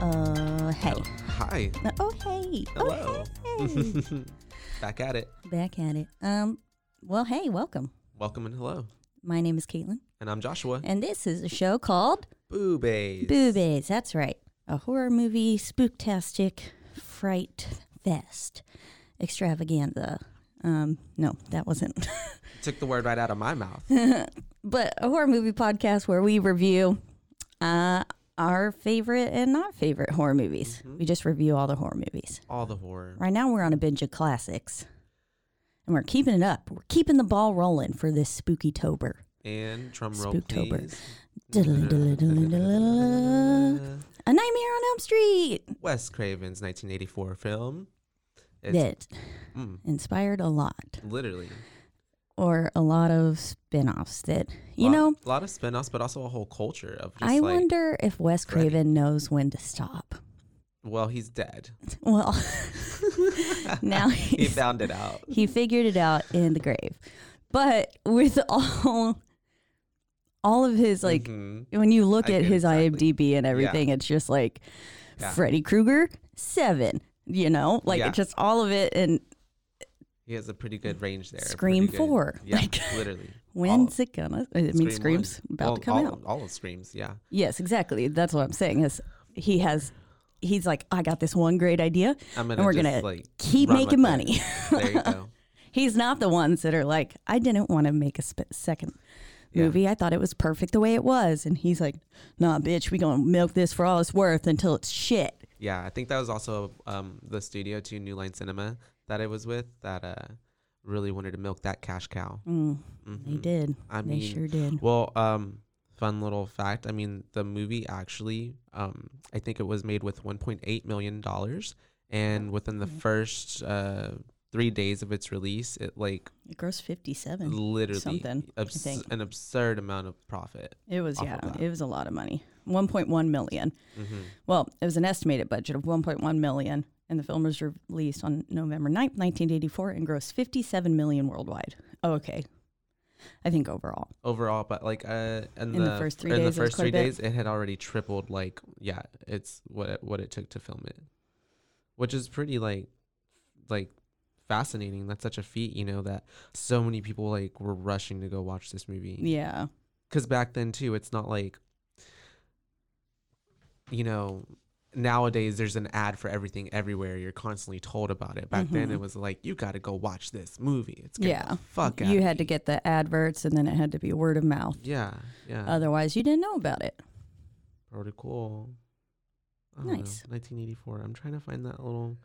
Uh, hey. Hi. Uh, Oh, hey. Hello. Oh, hey. Back at it. Back at it. Um, well, hey, welcome. Welcome and hello. My name is Caitlin, And I'm Joshua. and this is a show called Boobays. Boobies. That's right. A horror movie spooktastic fright fest extravaganza. Um, no, that wasn't. Took the word right out of my mouth. but a horror movie podcast where we review uh, our favorite and not favorite horror movies. We just review all the horror movies. All the horror. Right now, we're on a binge of classics, and we're keeping it up. We're keeping the ball rolling for this spooky tober. And drum roll, Spooktober. please. A Nightmare on Elm Street Wes Craven's 1984 film. It's that mm, inspired a lot, literally. or a lot of spin offs that, you Lot- know, a lot of spin offs, but also a whole culture of just I like, wonder if Wes Freddy. Craven knows when to stop. well, he's dead. Well, now He he's, found it out. he figured it out in the grave. But with all all of his like Mhm. when you look I at get his exactly. IMDb and everything, it's just like Yeah. Freddy Krueger seven. You know, like Yeah. it's just all of it. And He has a pretty good range there. pretty Scream good- four, Yeah, like, literally. when's it gonna? I mean, Scream one. Scream's about Well, to come all, out. All of Screams, yeah. Yes, exactly. That's what I'm saying. Is he has? He's like, I got this one great idea. I'm gonna And we're just, gonna like, keep run making with it. money. there you go. He's not the ones that are like, I didn't want to make a sp- second Yeah. movie. I thought it was perfect the way it was. And he's like, Nah, bitch, we gonna milk this for all it's worth until it's shit. Yeah, I think that was also um, the studio to New Line Cinema that I was with that uh, really wanted to milk that cash cow. Mm, They Mhm. did. I they mean, sure did. Well, um, fun little fact. I mean, the movie actually, um, I think it was made with 1.8 million dollars, and within the first uh, three days of its release, it like It grossed fifty-seven. literally something, I abs- think. an absurd amount of profit. It was off yeah, of that. it was a lot of money. 1.1 million. Mm-hmm. Well, it was an estimated budget of 1.1 million and the film was released on November 9th, 1984 and grossed 57 million worldwide. Oh, okay. I think overall. overall, but like uh, in, In the first three in days, it was the first quite three a bit. days, it had already tripled. Like, yeah, it's what it, what it took to film it, which is pretty like, like fascinating. That's such a feat, you know, that so many people like were rushing to go watch this movie. Yeah. Because back then too, it's not like, you know. Nowadays, there's an ad for everything everywhere. You're constantly told about it. Back then, Mhm. it was like you got to go watch this movie. It's gonna Yeah. fuck you outta had to you." get the adverts and then it had to be word of mouth. yeah, yeah. Otherwise, you didn't know about it. Pretty cool. I don't know, Nice. 1984. I'm trying to find that little.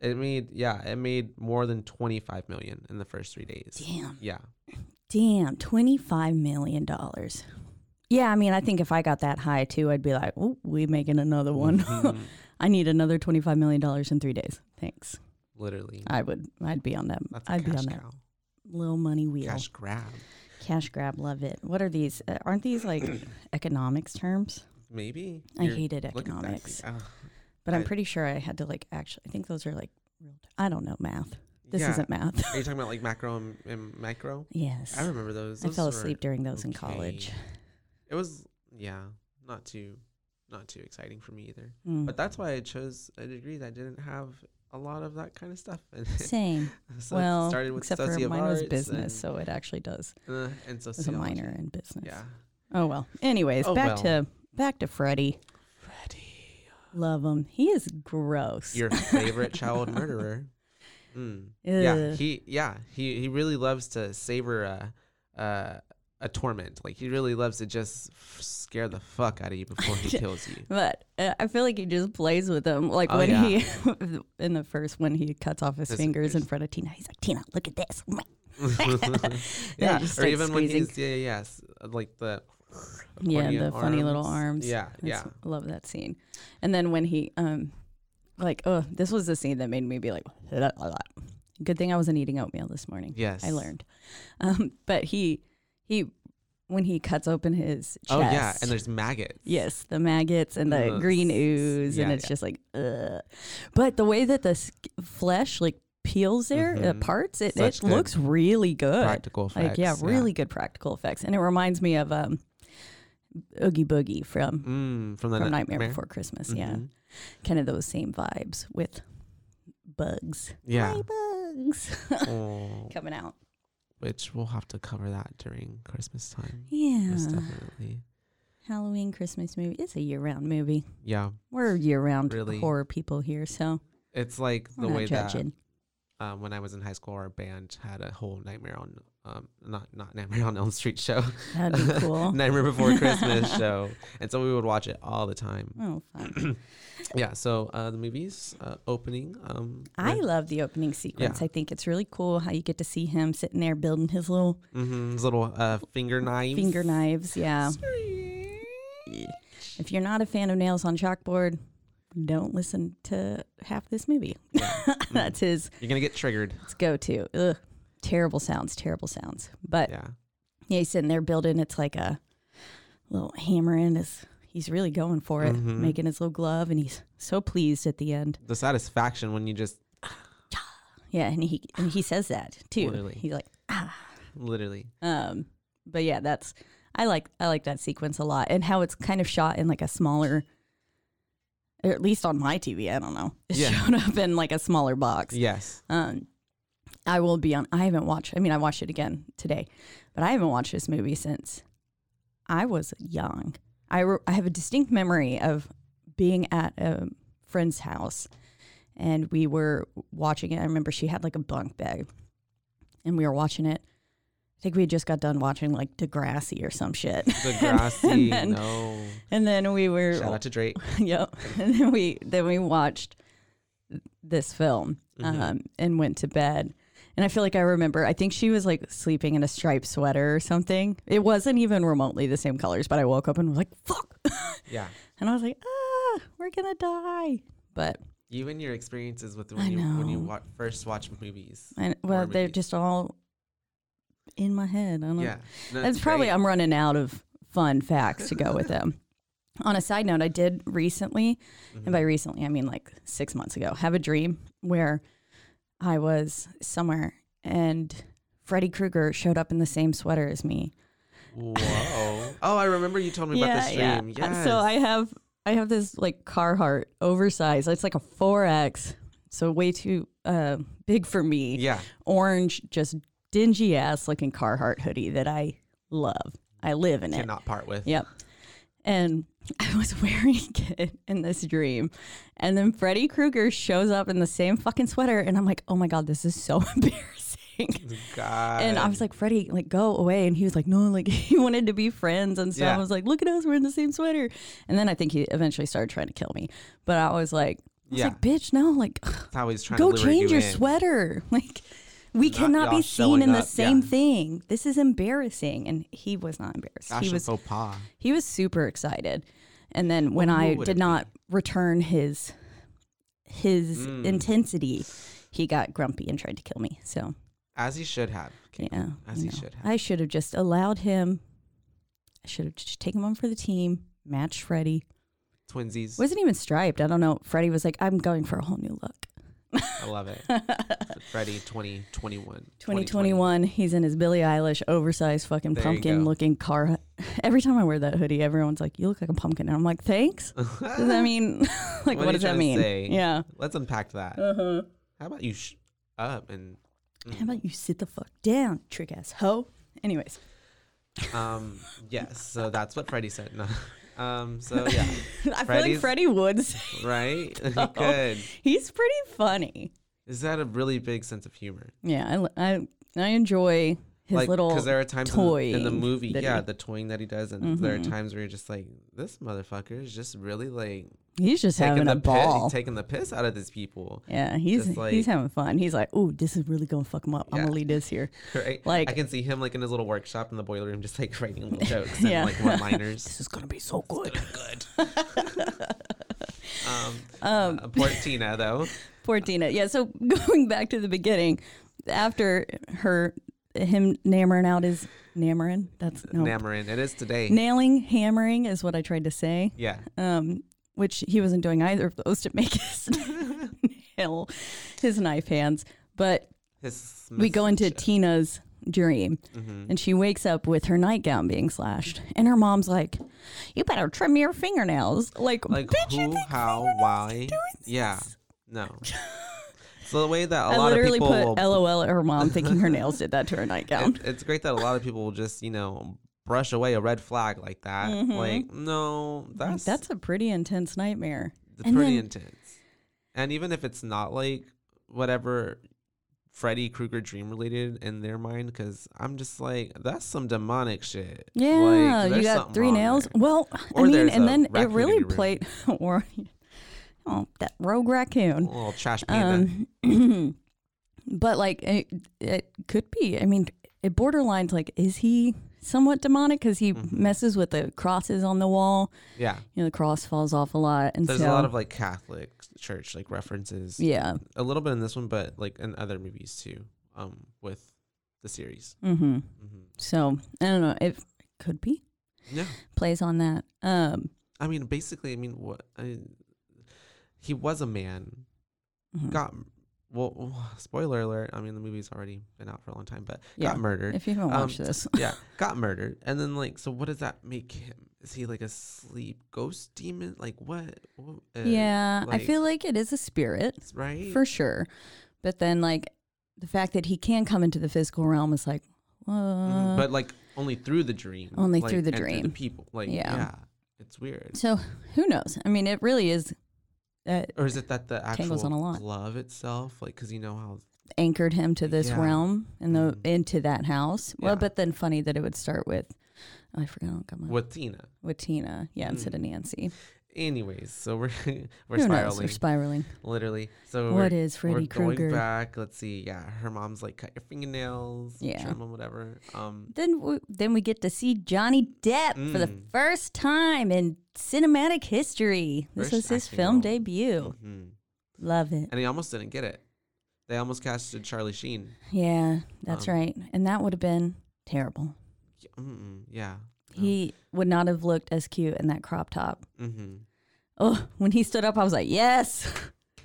It made yeah, it made more than 25 million in the first three days. Damn. Yeah, Damn, $25 million. Yeah, I mean, I think if I got that high too, I'd be like, oh, we making another one. Mhm. I need another $25 million in three days. Thanks. literally. I would, I'd be on that. That's a I'd be cash on that cow. little money wheel. Cash grab, Cash grab, love it. What are these? Uh, aren't these like economics terms? maybe. I You're- hated look at that economics, thing. Ugh. but I'm I- pretty sure I had to like actually. I think those are like real. I don't know math. This Yeah. isn't math. Are you talking about like macro and, and micro? yes, I remember those. I Those fell were asleep during those in college. okay. It was yeah, not too, not too exciting for me either. Mm. But that's why I chose a degree that didn't have a lot of that kind of stuff. in it. Same. So it well, started with except for Soci of mine was Arts business, and, so it actually does. uh, and It was a sociology. minor in business. Yeah. Oh well. Anyways, Oh, back well. to back to Freddie. Freddie, Love him. He is gross. your favorite child murderer. Mm. Yeah, Ugh. he yeah he he really loves to savor a uh, a torment. Like he really loves to just f- scare the fuck out of you before he kills you. But uh, I feel like he just plays with them. Like Oh, when yeah. he, in the first one, he cuts off his, His fingers, in fingers. front of Tina. He's like, Tina, look at this. yeah, just or starts even when squeezing. he's yeah yes like the yeah, the accordion funny little arms. Yeah, yeah. That's- Love that scene. And then when he, um, like, oh, this was the scene that made me be like, good thing I wasn't eating oatmeal this morning. Yes. I learned. Um, but he, he, when he cuts open his chest. Oh yeah, and there's maggots. Yes, the maggots and the Mm, green s- ooze, and yeah, it's yeah. just like, ugh. But the way that the sk- flesh like peels there, uh, Mhm. parts it, Such it good looks really good. practical effects. like yeah, really good practical effects, and it reminds me of um, Oogie Boogie from, Mm, from the from Ni- Nightmare Before Christmas. Yeah. Mhm. Kind of those same vibes with bugs. Yeah. Hi, bugs. Aw, Coming out. which we'll have to cover that during Christmas time. Yeah. Most definitely. Halloween Christmas movie. It's a year round movie. Yeah. We're year round Really. horror people here, so It's like we're the not way that judging. um, when I was in high school, our band had a whole Nightmare on um, not not Nightmare on Elm Street show, That. would be cool. Nightmare Before Christmas show, and so we would watch it all the time. Oh fun. Yeah. So uh, the movies uh, opening. Um, I love the opening sequence. I think it's really cool how you get to see him sitting there building his little hmm his little uh, finger knife. finger knives. Yeah. If you're not a fan of nails on chalkboard, don't listen to half this movie. That's his You're gonna get triggered. his go to. Ugh. Terrible sounds, terrible sounds. But Yeah. yeah, he's sitting there building. It's like a little hammer in his. He's really going for it, Mhm. making his little glove, and he's so pleased at the end. The satisfaction when you just Yeah, and he and he says that too. Literally. He's like, literally. um, but yeah, that's I like I like that sequence a lot, and how it's kind of shot in like a smaller, or at least on my TV. I don't know. It Yeah. showed up in like a smaller box. Yes. Um, I will be on. I haven't watched. I mean, I watched it again today, but I haven't watched this movie since I was young. I re- I have a distinct memory of being at a friend's house, and we were watching it. I remember she had like a bunk bed, and we were watching it. I think we had just got done watching like Degrassi or some shit, The grassy. then- no. and then we were Shout out to Drake. yep. And then we then we watched this film Mm-hmm. um, and went to bed. And I feel like I remember. I think she was like sleeping in a striped sweater or something. It wasn't even remotely the same colors. But I woke up and was like, "Fuck!" Yeah. And I was like, "Ah, we're gonna die." But You and your experiences with I when you when you know. wa- first watch movies. I, well, Horror they're movies. just all in my head. I don't know. Yeah. No, That's it's probably great. I'm running out of fun facts to go with them. On a side note, I did recently, and by recently I mean like six months ago, have a dream where I was somewhere and Freddy Krueger showed up in the same sweater as me. Mm-hmm. Whoa. oh, I remember you told me about this dream. Yeah. Uh, So I have I have this like Carhartt oversized. It's like a four X, so way too uh, big for me. Yeah. Orange, just dingy ass looking Carhartt hoodie that I love. I live in it. Cannot part with. Yep. And I was wearing it in this dream. And then Freddy Krueger shows up in the same fucking sweater. And I'm like, oh my God, this is so embarrassing. God. And I was like, Freddie, like, go away. And he was like, no, like, he wanted to be friends and stuff. Yeah. I was like, look at us, we're in the same sweater. And then I think he eventually started trying to kill me. But I was like, I was Yeah. like, bitch, no, like, That's how he's trying go to lure change you your in. sweater. Like, we Not cannot y'all be showing seen in the up, same yeah. thing. This is embarrassing. And he was not embarrassed. Fashion he was faux pas. he was super excited and then when Well, who i would did it be? not return his his Hmm. intensity he got grumpy and tried to kill me so As he should have. yeah As you he know, should have. i should have just allowed him i should have just taken him on for the team matched freddy Twinsies. wasn't even striped i don't know freddy was like i'm going for a whole new look I love it. Freddy 2021. 2021 he's in his billie eilish oversized fucking There you go. pumpkin looking car every time i wear that hoodie everyone's like you look like a pumpkin and i'm like thanks does that mean What like what, are you does that trying to mean say? yeah Let's unpack that. uh-huh. How about you sh- up and mm. How about you sit the fuck down, trick ass hoe? Anyways, um yes, so that's what Freddie said. No. Um so yeah, I feel Freddy's- like Freddie Woods, right? Good. he's pretty funny. Is that a really big sense of humor? Yeah, I I, I enjoy his like little. because there are times in the- in, the toying movie, that yeah, he- Mm-hmm. the toying that he does, and there are times where you're just like, this motherfucker is just really like he's just taking having the a ball. piss, taking the piss out of these people, yeah, he's just like- he's having fun. He's like, ooh, this is really gonna fuck him up. I'm Yeah. gonna lead this here. right? Like- I can see him like in his little workshop in the boiler room, just like writing little jokes and Yeah. like one-liners. This is gonna be so good. Good. um, uh, poor Tina though. Poor Tina. Yeah. So going back to the beginning, after her, him hammering out his hammering. That's no Namarin. It is today. nailing, hammering is what I tried to say. yeah. um, which he wasn't doing either of those to make his nail, his knife hands. But His we go into Tina's dream, Mhm. and she wakes up with her nightgown being slashed, and her mom's like, you better trim your fingernails. Like, Like bitch, you who, think how, fingernails why? do it? Yeah. No. so the way that a I lot of literally people will- put LOL at her mom thinking her nails did that to her nightgown. it- it's great that a lot of people will just, you know, brush away a red flag like that. Mhm. Like, no, Like, that's that's a pretty intense nightmare. th- and pretty then- intense. And even if it's not like whatever Freddy Krueger dream related in their mind, because I'm just like, that's some demonic shit. Like, Yeah, you there's got something three wrong nails. there. Well, Or I mean, there's a and then it raccoon in really your room. played. or oh, that rogue raccoon. Little trash panda. Um, but like it, it could be. I mean, it borderlines. Like, is he somewhat demonic because he Mhm. messes with the crosses on the wall? yeah. You know, the cross falls off a lot, and There's so a lot of like Catholic church like references. yeah. A little bit in this one, but like in other movies too. Um, with the series. Mm-hmm. hmm So I don't know. It could be Yeah. plays on that. Um, I mean, basically, I mean, what I, he was a man. mhm. Got well. Spoiler alert. I mean, the movie's already been out for a long time, but Yeah. got murdered. if you haven't um, watched this, yeah, got murdered, and then like, so what does that make him? Is he like a sleep ghost demon? Like what? Wh- uh, yeah, like- I feel like it is a spirit. right. for sure. But then, like, the fact that he can come into the physical realm is like, Mhm, uh, but like only through the dream. only like, through the and dream. people. Like yeah. Yeah. it's weird. so who knows? I mean, it really is uh, Or is it that the actual Tangles on a lot. glove itself? Like, cause you know how anchored him to this Yeah. realm and the Mhm. into that house. Yeah. Well, but then funny that it would start with. Oh, I forgot. I'll come up. with Tina. with Tina, yeah, instead of Mm. Nancy. Anyways, so we're we're Who knows? We're spiraling. spiraling. Literally. So What we're, is we're Freddy going Krueger? back. Let's see. Yeah, her mom's like cut your fingernails, Yeah. trim 'em, whatever. Um, Then we, then we get to see Johnny Depp for the Mm. first time in cinematic history. This First was his acting film role. debut. mhm. Love it. and he almost didn't get it. They almost casted Charlie Sheen. Yeah, that's Um, right. And that would have been terrible. Y- Mm-mm, yeah. No. He would not have looked as cute in that crop top. Mm-hmm. Oh, when he stood up, I was like, yes.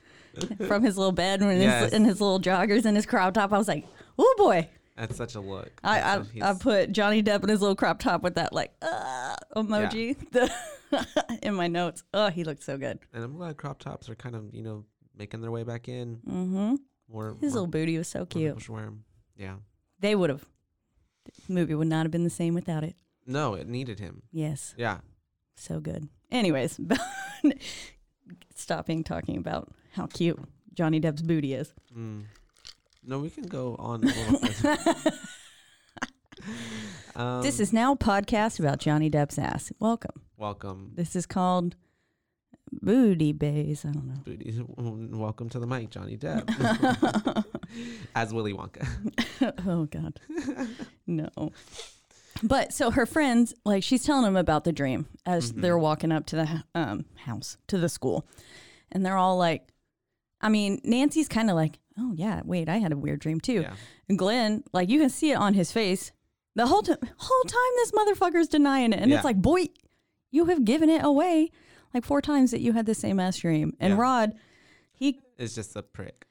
From his little bed and, Yes. his, and his little joggers and his crop top, I was like, oh boy. That's such a look. I, That's I, what I he's- put Johnny Depp in his little crop top with that like uh, emoji the- in my notes. Oh, he looked so good. and I'm glad crop tops are kind of you know making their way back in. hmm More more, His little booty was so more cute. people should wear 'em. Yeah. They would have. The movie would not have been the same without it. No, it needed him. Yes. Yeah. So good. Anyways, stopping talking about how cute Johnny Depp's booty is. Mm. No, we can go on. A little further. um, this is now a podcast about Johnny Depp's ass. Welcome. welcome. This is called Booty Bays. I don't know. Booty- Welcome to the mic, Johnny Depp, as Willy Wonka. oh God. No. But so her friends, like she's telling them about the dream as Mhm. they're walking up to the h- um, house, to the school. And they're all like, I mean, Nancy's kind of like, oh, yeah, wait, I had a weird dream too. Yeah. And Glenn, like you can see it on his face. The whole time, whole time this motherfucker's denying it, and Yeah. it's like, boy, you have given it away like four times that you had the same ass dream. And Yeah. Rod, he, It's just a prick.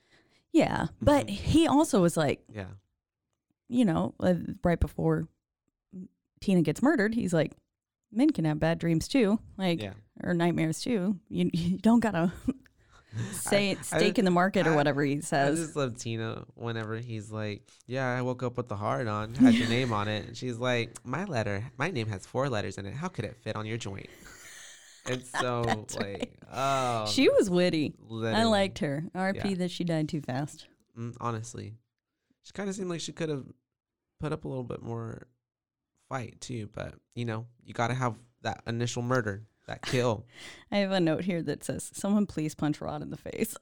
yeah, but Mhm. he also was like, Yeah. you know, uh, right before Tina gets murdered, he's like, men can have bad dreams too, like Yeah. or nightmares too. You, you don't gotta say it, I- stake in the market I- or whatever he I says. just love Tina whenever he's like, Yeah, I woke up with the heart on, had your name on it. And she's like, My letter, my name has four letters in it. How could it fit on your joint? It's so That's like, oh. she was witty. I literally. liked her. R.P. Yeah. that she died too fast. Mm, honestly. She kind of seemed like she could have put up a little bit more fight too, but you know, you got to have that initial murder, that kill. I have a note here that says, "Someone please punch Rod in the face."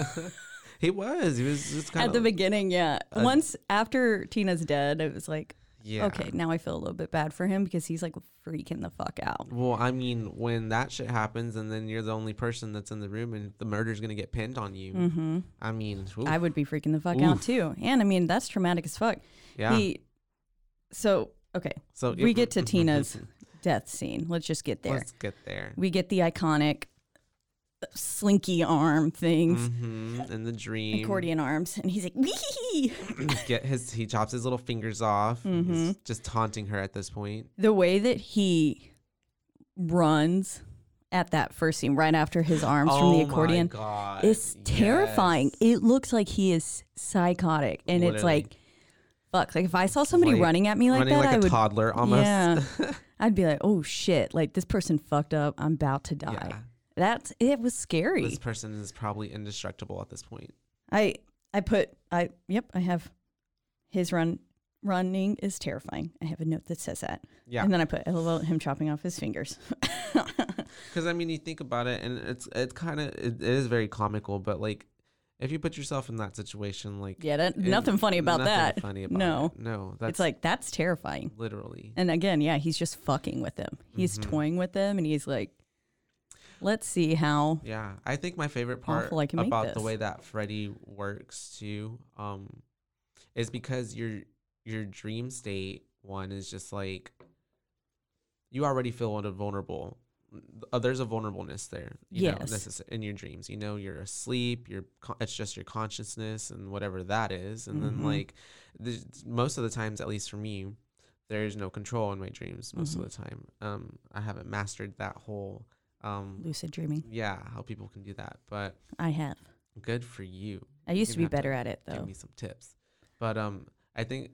he was. He was just kind At the of. beginning, yeah. Uh, Once after Tina's dead, it was like, Yeah. okay, now I feel a little bit bad for him because he's like freaking the fuck out. Well, I mean, when that shit happens and then you're the only person that's in the room and the murder's going to get pinned on you. hmm I mean, oof, I would be freaking the fuck out Oof. too. And I mean, that's traumatic as fuck. yeah. He, so okay, so we get to Tina's death scene. Let's just get there. Let's get there. we get the iconic uh, slinky arm things, hmm In the dream. accordion arms, and he's like, "Wee!" get his he chops his little fingers off. He's Mhm. just taunting her at this point. the way that he runs at that first scene right after his arms from Oh my the accordion. God, It's terrifying. yes. It looks like he is psychotic, and it's Literally. like, fuck. Like if I saw somebody Like, running at me like running that, like I a would, toddler almost. Yeah. I'd be like, oh shit, like this person fucked up. I'm about to die. Yeah. That's it was scary. This person is probably indestructible at this point. I I put I yep I have his run running is terrifying. I have a note that says that, Yeah. and then I put LOL at him chopping off his fingers. Because I mean, you think about it, and it's it's kind of it, it is very comical, but like if you put yourself in that situation, like yeah, that, it- nothing funny about nothing that. Funny about No. it. no, that's it's like that's terrifying. literally. And again, yeah, he's just fucking with them. He's Mhm. toying with them, and he's like, let's see how. Yeah, I think my favorite part awful I can make about the this. way that Freddy works too, um, is because your your dream state one is just like you already feel a vulnerable. Uh, there's a vulnerableness there, you know, Yes. necess- in your dreams. You know, you're asleep. You're con- it's just your consciousness and whatever that is, and Mhm. then like there's- most of the times, at least for me, there is no control in my dreams most of Mhm. the time. Um, I haven't mastered that whole um Lucid dreaming. yeah, how people can do that. But I have. good for you. I used to gonna be have to better at it Give though. me some tips. But um, I think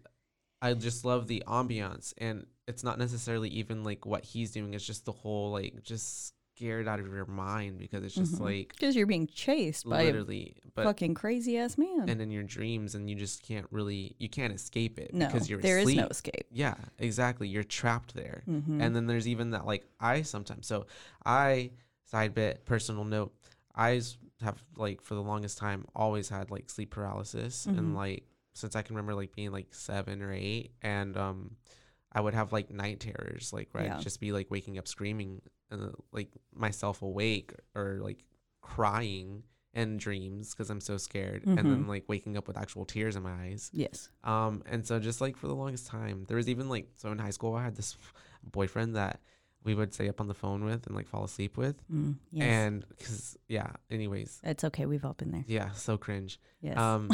I just love the ambiance, and it's not necessarily even like what he's doing. It's just the whole like just scared out of your mind because it's just Mhm. like Because you're being chased by a literally, but. fucking crazy ass man. and in your dreams, and you just can't really, you can't escape it no, because you're there is asleep. no escape. yeah, exactly. You're trapped there. Mm-hmm. And then there's even that like I sometimes so I side bit personal note I s- have like for the longest time always had like sleep paralysis Mhm. and like since I can remember like being like seven or eight and um I would have like night terrors like where Yeah. I'd just be like waking up screaming and uh, like myself awake or like crying in dreams because I'm so scared and Mm-hmm. then like waking up with actual tears in my eyes yes. um, and so just like for the longest time, there was even like so in high school I had this boyfriend that we would stay up on the phone with and like fall asleep with, Mm, yes. and because yeah, anyways, It's okay. We've all been there. yeah, so cringe. Yes. Um,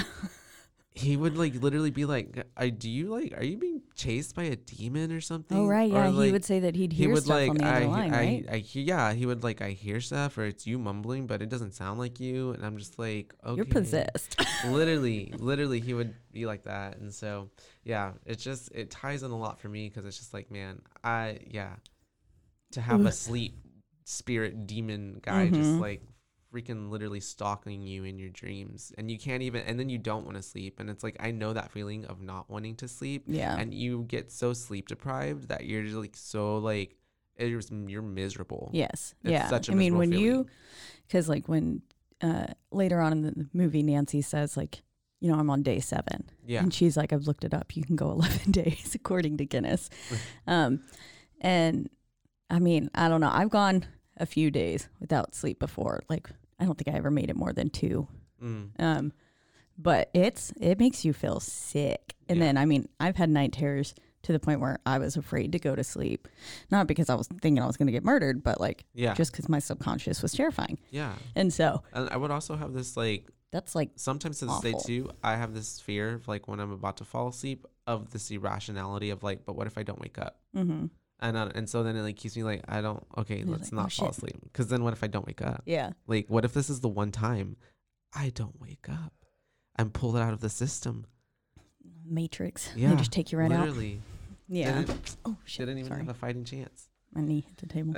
he would like literally be like, "I do you like are you being chased by a demon or something?" oh right, Or, yeah. he like, would say that he'd hear stuff on the I, other line, I, right? I, he- yeah, he would like, I hear stuff or it's you mumbling, but it doesn't sound like you, and I'm just like, okay, You're possessed. literally literally he would be like that and so yeah it's just it ties in a lot for me because it's just like man i yeah to have a Ugh. sleep spirit demon guy just Mhm. like freaking literally stalking you in your dreams and you can't even and then you don't want to sleep and it's like i know that feeling of not wanting to sleep yeah. and you get so sleep deprived that you're just like so like it was, you're miserable yes. It's yeah. such a I mean, miserable when you, feeling. because like when uh, later on in the movie, Nancy says like, you know, I'm on day seven, yeah and she's like, I've looked it up. You can go 11 days according to Guinness. um, and I mean, I don't know. I've gone a few days without sleep before. Like, I don't think I ever made it more than two. mm. Um, but it's it makes you feel sick. And Yeah. then I mean, I've had night terrors to the point where I was afraid to go to sleep, not because I was thinking I was going to get murdered, but like yeah just because my subconscious was terrifying. yeah And so and i would also have this like that's like sometimes to this day Awful. too, I have this fear of like when I'm about to fall asleep of this irrationality of like, but what if I don't wake up? mm-hmm. And I, and so then it like keeps me like I don't okay, You're let's like, oh, not fall shit. asleep because then what if I don't wake up? yeah, Like what if this is the one time I don't wake up? I'm pulled out of the system. Matrix. They Yeah, just take you right out. Literally, Yeah. didn't, Oh shit! didn't even Sorry, have a fighting chance. my knee hit the table.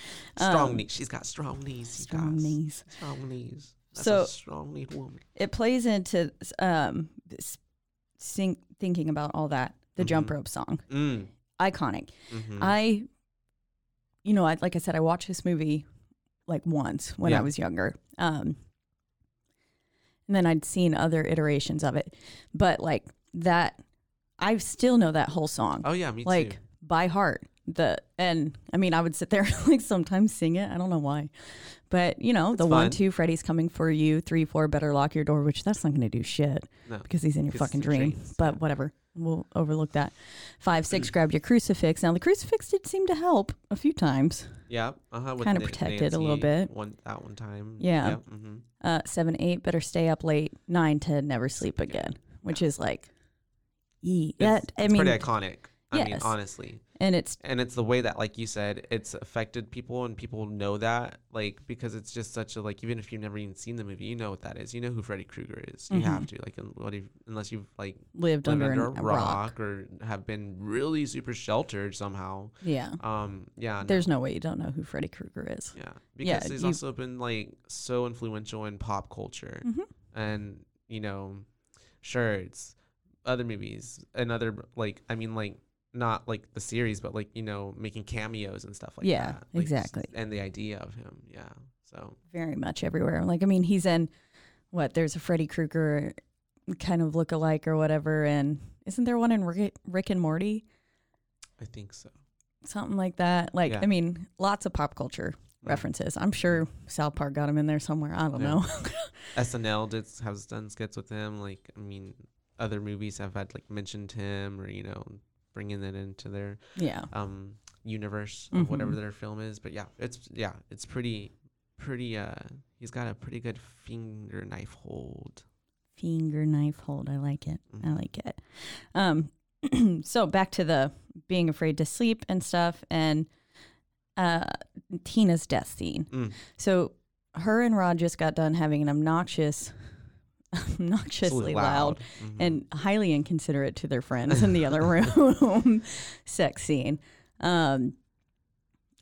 strong Um, knees. She's got strong knees. You Strong guys. knees. Strong knees. That's So- a strong kneed woman. It plays into um, s- syn- thinking about all that. The jump Mhm. rope song, Mm, iconic. mhm. I, you know, I like I said, I watched this movie like once when I Yeah. was younger. Um, and then I'd seen other iterations of it, but like that, I still know that whole song oh yeah, me like too. by heart. The and I mean, I would sit there and like sometimes sing it. I don't know why, but you know, the one, fine. two, Freddy's coming for you, three, four, better lock your door, which that's not going to do shit No. because he's in your 'Cause fucking it's in dream. dreams, But yeah. whatever, we'll overlook that. Five, six, grab your crucifix. Now the crucifix did seem to help a few times. Yeah, uh-huh. with Kinda Na- protected a little bit. One that one time. Yeah. mm-hmm. Uh, seven, eight, better stay up late. Nine, ten, never sleep again, which is like, yeah, It's, I it's mean, pretty iconic. I mean, Yes. honestly. and it's And it's the way that, like you said, it's affected people and people know that, like, because it's just such a, like, even if you've never even seen the movie, you know what that is. You know who Freddy Krueger is. You Mhm. have to, like, un- what if, unless you've, like, lived lived under, under, an- a rock, or have been really super sheltered somehow. Yeah. Um, yeah. no. There's no way you don't know who Freddy Krueger is. Yeah, Yeah, because he's you- also been like so influential in pop culture, Mhm. and you know, sure, it's other movies and other like I mean like not like the series, but like you know making cameos and stuff like Yeah, that. Like, s- exactly. And the idea of him, yeah. So Very much everywhere. Like, I mean, he's in what? There's a Freddy Krueger kind of look-alike or whatever, and isn't there one in Rick, Rick and Morty? I think so. Something like that. Like, Yeah. I mean, lots of pop culture Mm. references. I'm sure South Park got him in there somewhere. I don't Yeah. know. SNL did s- has done skits with him. Like I mean, other movies have had like mentioned him or you know bringing that into their yeah. um universe of whatever Mhm. their film is. But yeah, it's yeah, it's pretty pretty uh he's got a pretty good finger knife hold. Finger knife hold. I like it. I Mhm. like it. Um, so back to the being afraid to sleep and stuff, and uh, Tina's death scene. Mm. So her and Rod just got done having an obnoxious, obnoxiously loud, Mhm. and highly inconsiderate to their friends in the other room sex scene. Um,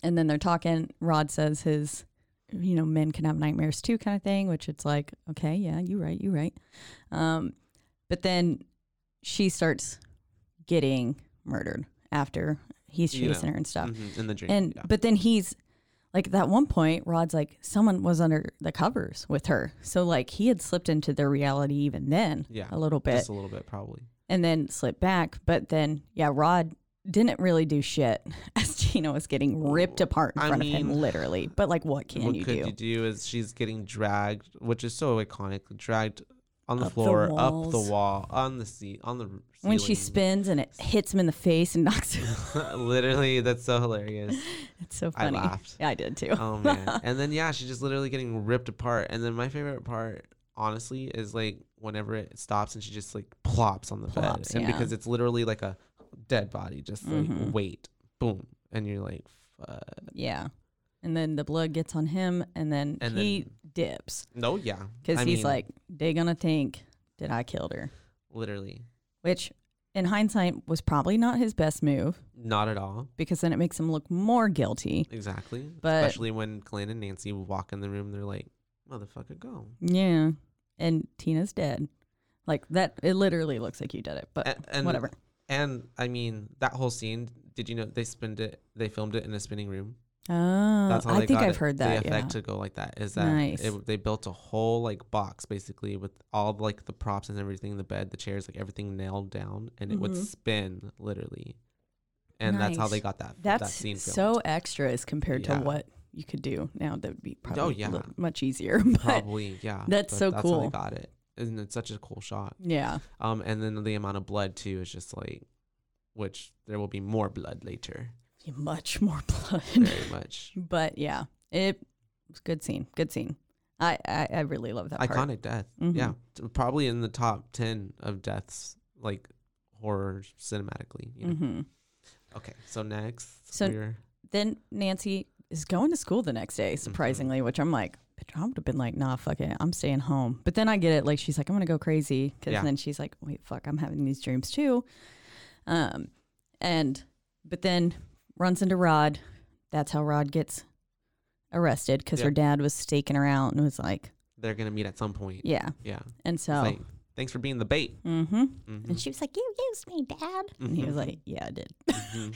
and then they're talking. Rod says his, you know, men can have nightmares too, kind of thing, which it's like, okay, yeah, you right, you right. Um, but then she starts getting murdered after he's You know. chasing her and stuff. Mhm, in the dream. And yeah. but then he's like that one point, Rod's like, someone was under the covers with her. So like he had slipped into their reality even then yeah. a little bit Just a little bit probably. and then slipped back. But then yeah, Rod didn't really do shit as Tina was getting ripped apart in Oh, I front of him, mean, literally. But like what can what you could do? you do is she's getting dragged, which is so iconic, dragged on the Up the floor, up the walls. wall, on the seat, on the r- when she ceiling. spins and it hits him in the face and knocks him Literally, that's so hilarious. it's so I funny. laughed. Yeah, I did too. Oh man. and then yeah, she's just literally getting ripped apart. And then my favorite part, honestly, is like whenever it stops and she just like plops on the Plops, bed. And yeah. because it's literally like a dead body, just like Mhm. wait, boom. And you're like, fuck. yeah. And then the blood gets on him and then And he then- dips. No, yeah. Because I he's mean, like, they gonna think that I killed her. literally. which in hindsight was probably not his best move Not at all. because then it makes him look more guilty. Exactly. But- Especially when Glenn and Nancy walk in the room, they're like, Motherfucker, go. Yeah. And Tina's dead. Like that, it literally looks like you did it, but A- and whatever. And I mean, that whole scene, did you know they spinned it they filmed it in a spinning room? Oh, That's how I they think got I've it- heard that. The Yeah. effect to go like that is that Nice. it, they built a whole like box basically with all of, like the props and everything, the bed, the chairs, like everything nailed down, and it would Mhm. spin literally. And that's how they Nice. got that That's that scene filmed. so extra as compared Yeah. Oh, to what you could do now. That would be probably a yeah. little- much easier. But probably yeah. that's but so that's How cool. they got it, and it's such a cool shot. yeah, Um, and then the amount of blood too is just like, which there will be more blood later, much more blood. very much but yeah, it was a good scene. Good scene. I, I, I really love that part. Mm-hmm. iconic death. Yeah, T- probably in the top ten of deaths like horror cinematically. You know? Mm-hmm. Okay, so next So- we're then Nancy is going to school the next Mm-hmm. day, surprisingly, which I'm like, bitch, I would have been like, nah, fuck it, I'm staying home. But then I get it, like she's like, I'm gonna go crazy, because Yeah. then she's like, wait, fuck, I'm having these dreams too, um, and but then runs into Rod. That's how Rod gets arrested because her Yep. dad was staking her out and was like, they're gonna meet at some point. Yeah, yeah, Oh. and so, It's like, thanks for being the bait. mm-hmm. Mm-hmm. and she was like, you used me, dad, and he was like, yeah, I did. hmm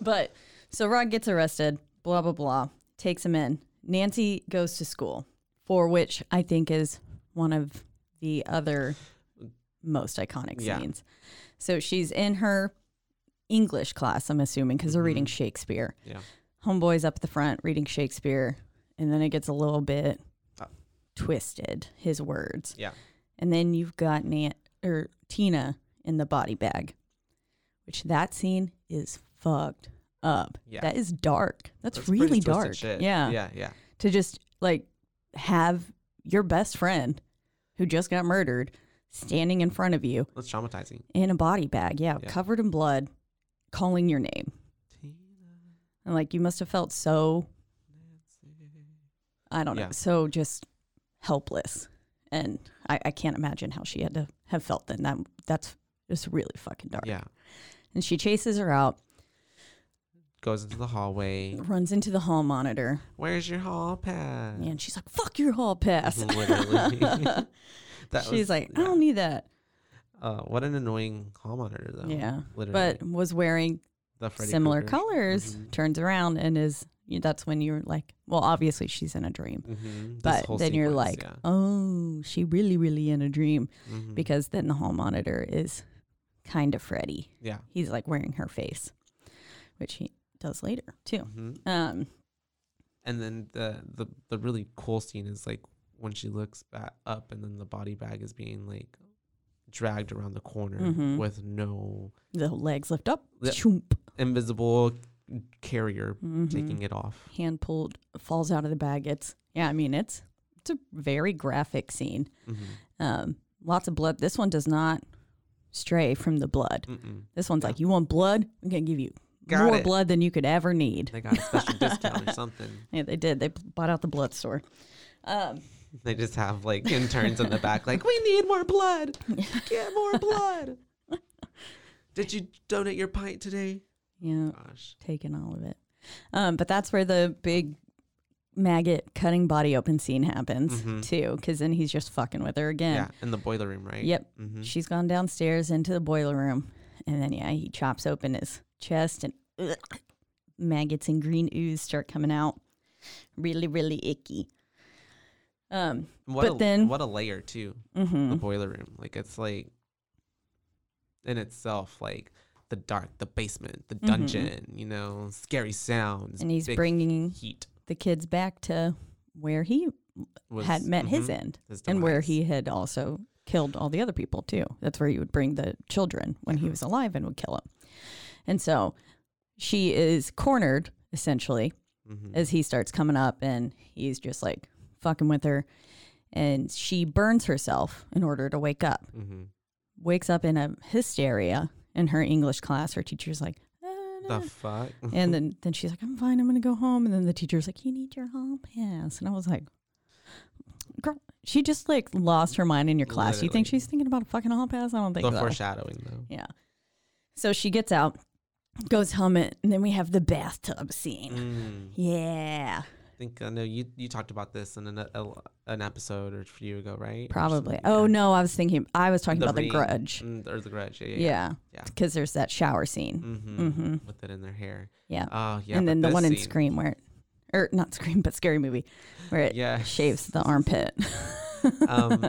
But so Rod gets arrested, blah, blah, blah, takes him in. Nancy goes to school, for which I think is one of the other most iconic Yeah. scenes. So she's in her English class, I'm assuming, because they're reading Mhm. Shakespeare. Yeah. Homeboy's up at the front reading Shakespeare, and then it gets a little bit Uh. twisted, his words. Yeah. And then you've got Nan or Tina in the body bag, which that scene is fucked up. Yeah. That is dark. That's, pretty really twisted dark. shit. Yeah. yeah, yeah. To just like have your best friend who just got murdered standing in front of you That's traumatizing. in a body bag. Yeah. Yeah. Covered in blood. calling your name. Tina, And like you must have felt so Nancy. I don't Yeah. know, so just helpless. And I, I can't imagine how she had to have felt then. That that's just really fucking dark. Yeah. And she chases her out, Goes into the hallway. runs into the hall monitor, Where's your hall pass? and she's like, "Fuck your hall pass." Literally. Mm-hmm. That she's was- like, "I yeah. don't need that." Uh, what an annoying hall monitor, though. yeah, Literally. but was wearing the Freddy similar Krueger. colors. Mhm. Turns around and is that's when you're like, "Well, obviously she's in a dream." Mhm. This But whole then you're sequence, like, yeah. "Oh, she really, really in a dream," Mhm. because then the hall monitor is kind of Freddy. yeah. he's like wearing her face, which he does later too. hmm Um, And then the, the the really cool scene is like when she looks back up, and then the body bag is being like dragged around the corner Mhm. with no the legs lift up, Yeah. choomp, invisible carrier mhm. taking it off. hand pulled, falls out of the bag. It's yeah, I mean it's it's a very graphic scene. Mm-hmm. Um, lots of blood. This one does not stray from the blood. Mm-mm. This one's Yeah. like, you want blood? I'm gonna give you Got more it. blood than you could ever need. They got a special discount or something. Yeah, they did. They bought out the blood store. Um, They just have like interns in the back, like, we need more blood. Get more blood. Did you donate your pint today? yeah. Gosh. taken all of it. Um, but that's where the big maggot cutting body open scene happens Mhm. too, because then he's just fucking with her again. Yeah, in the boiler room, right? Yep. Mm-hmm. She's gone downstairs into the boiler room, and then yeah, he chops open his chest, and ugh, maggots and green ooze start coming out. Really, really icky. Um. What But a, then- what a layer too. mhm. The boiler room, like it's like in itself, like the dark, the basement, the dungeon. You know, scary sounds. Mm-hmm. And he's big bringing heat. the kids back to where he Was, had met his mhm, end. his and where demise. he had also killed all the other people too. That's where he would bring the children when Mm-hmm. he was alive and would kill them. And so she is cornered essentially Mhm. as he starts coming up and he's just like fucking with her and she burns herself in order to wake up. Mhm. Wakes up in a hysteria in her English class. Her teacher's like "Ah, The nah." fuck. and then, then she's like, I'm fine. I'm going to go home. And then the teacher's like, You need your hall pass. And I was like, Girl, she just like lost her mind in your class. You think Literally. she's thinking about a fucking hall pass? I don't think the so. foreshadowing though. Yeah. So she gets out, goes home, and then we have the bathtub scene. Mm. Yeah. I think I know you you talked about this in an a, an episode or a few ago, right? Or Probably. something, Oh, yeah. no. I was thinking, I was talking The about the ring. grudge. Mm, or the grudge. Yeah. Yeah. Yeah. Yeah. Because there's that shower scene. Mm-hmm. Mhm. With it in their hair. Yeah. Oh yeah. and but then the this one in scene- Scream where, it, or not Scream, but Scary Movie, where it Yeah. shaves the armpit. Um,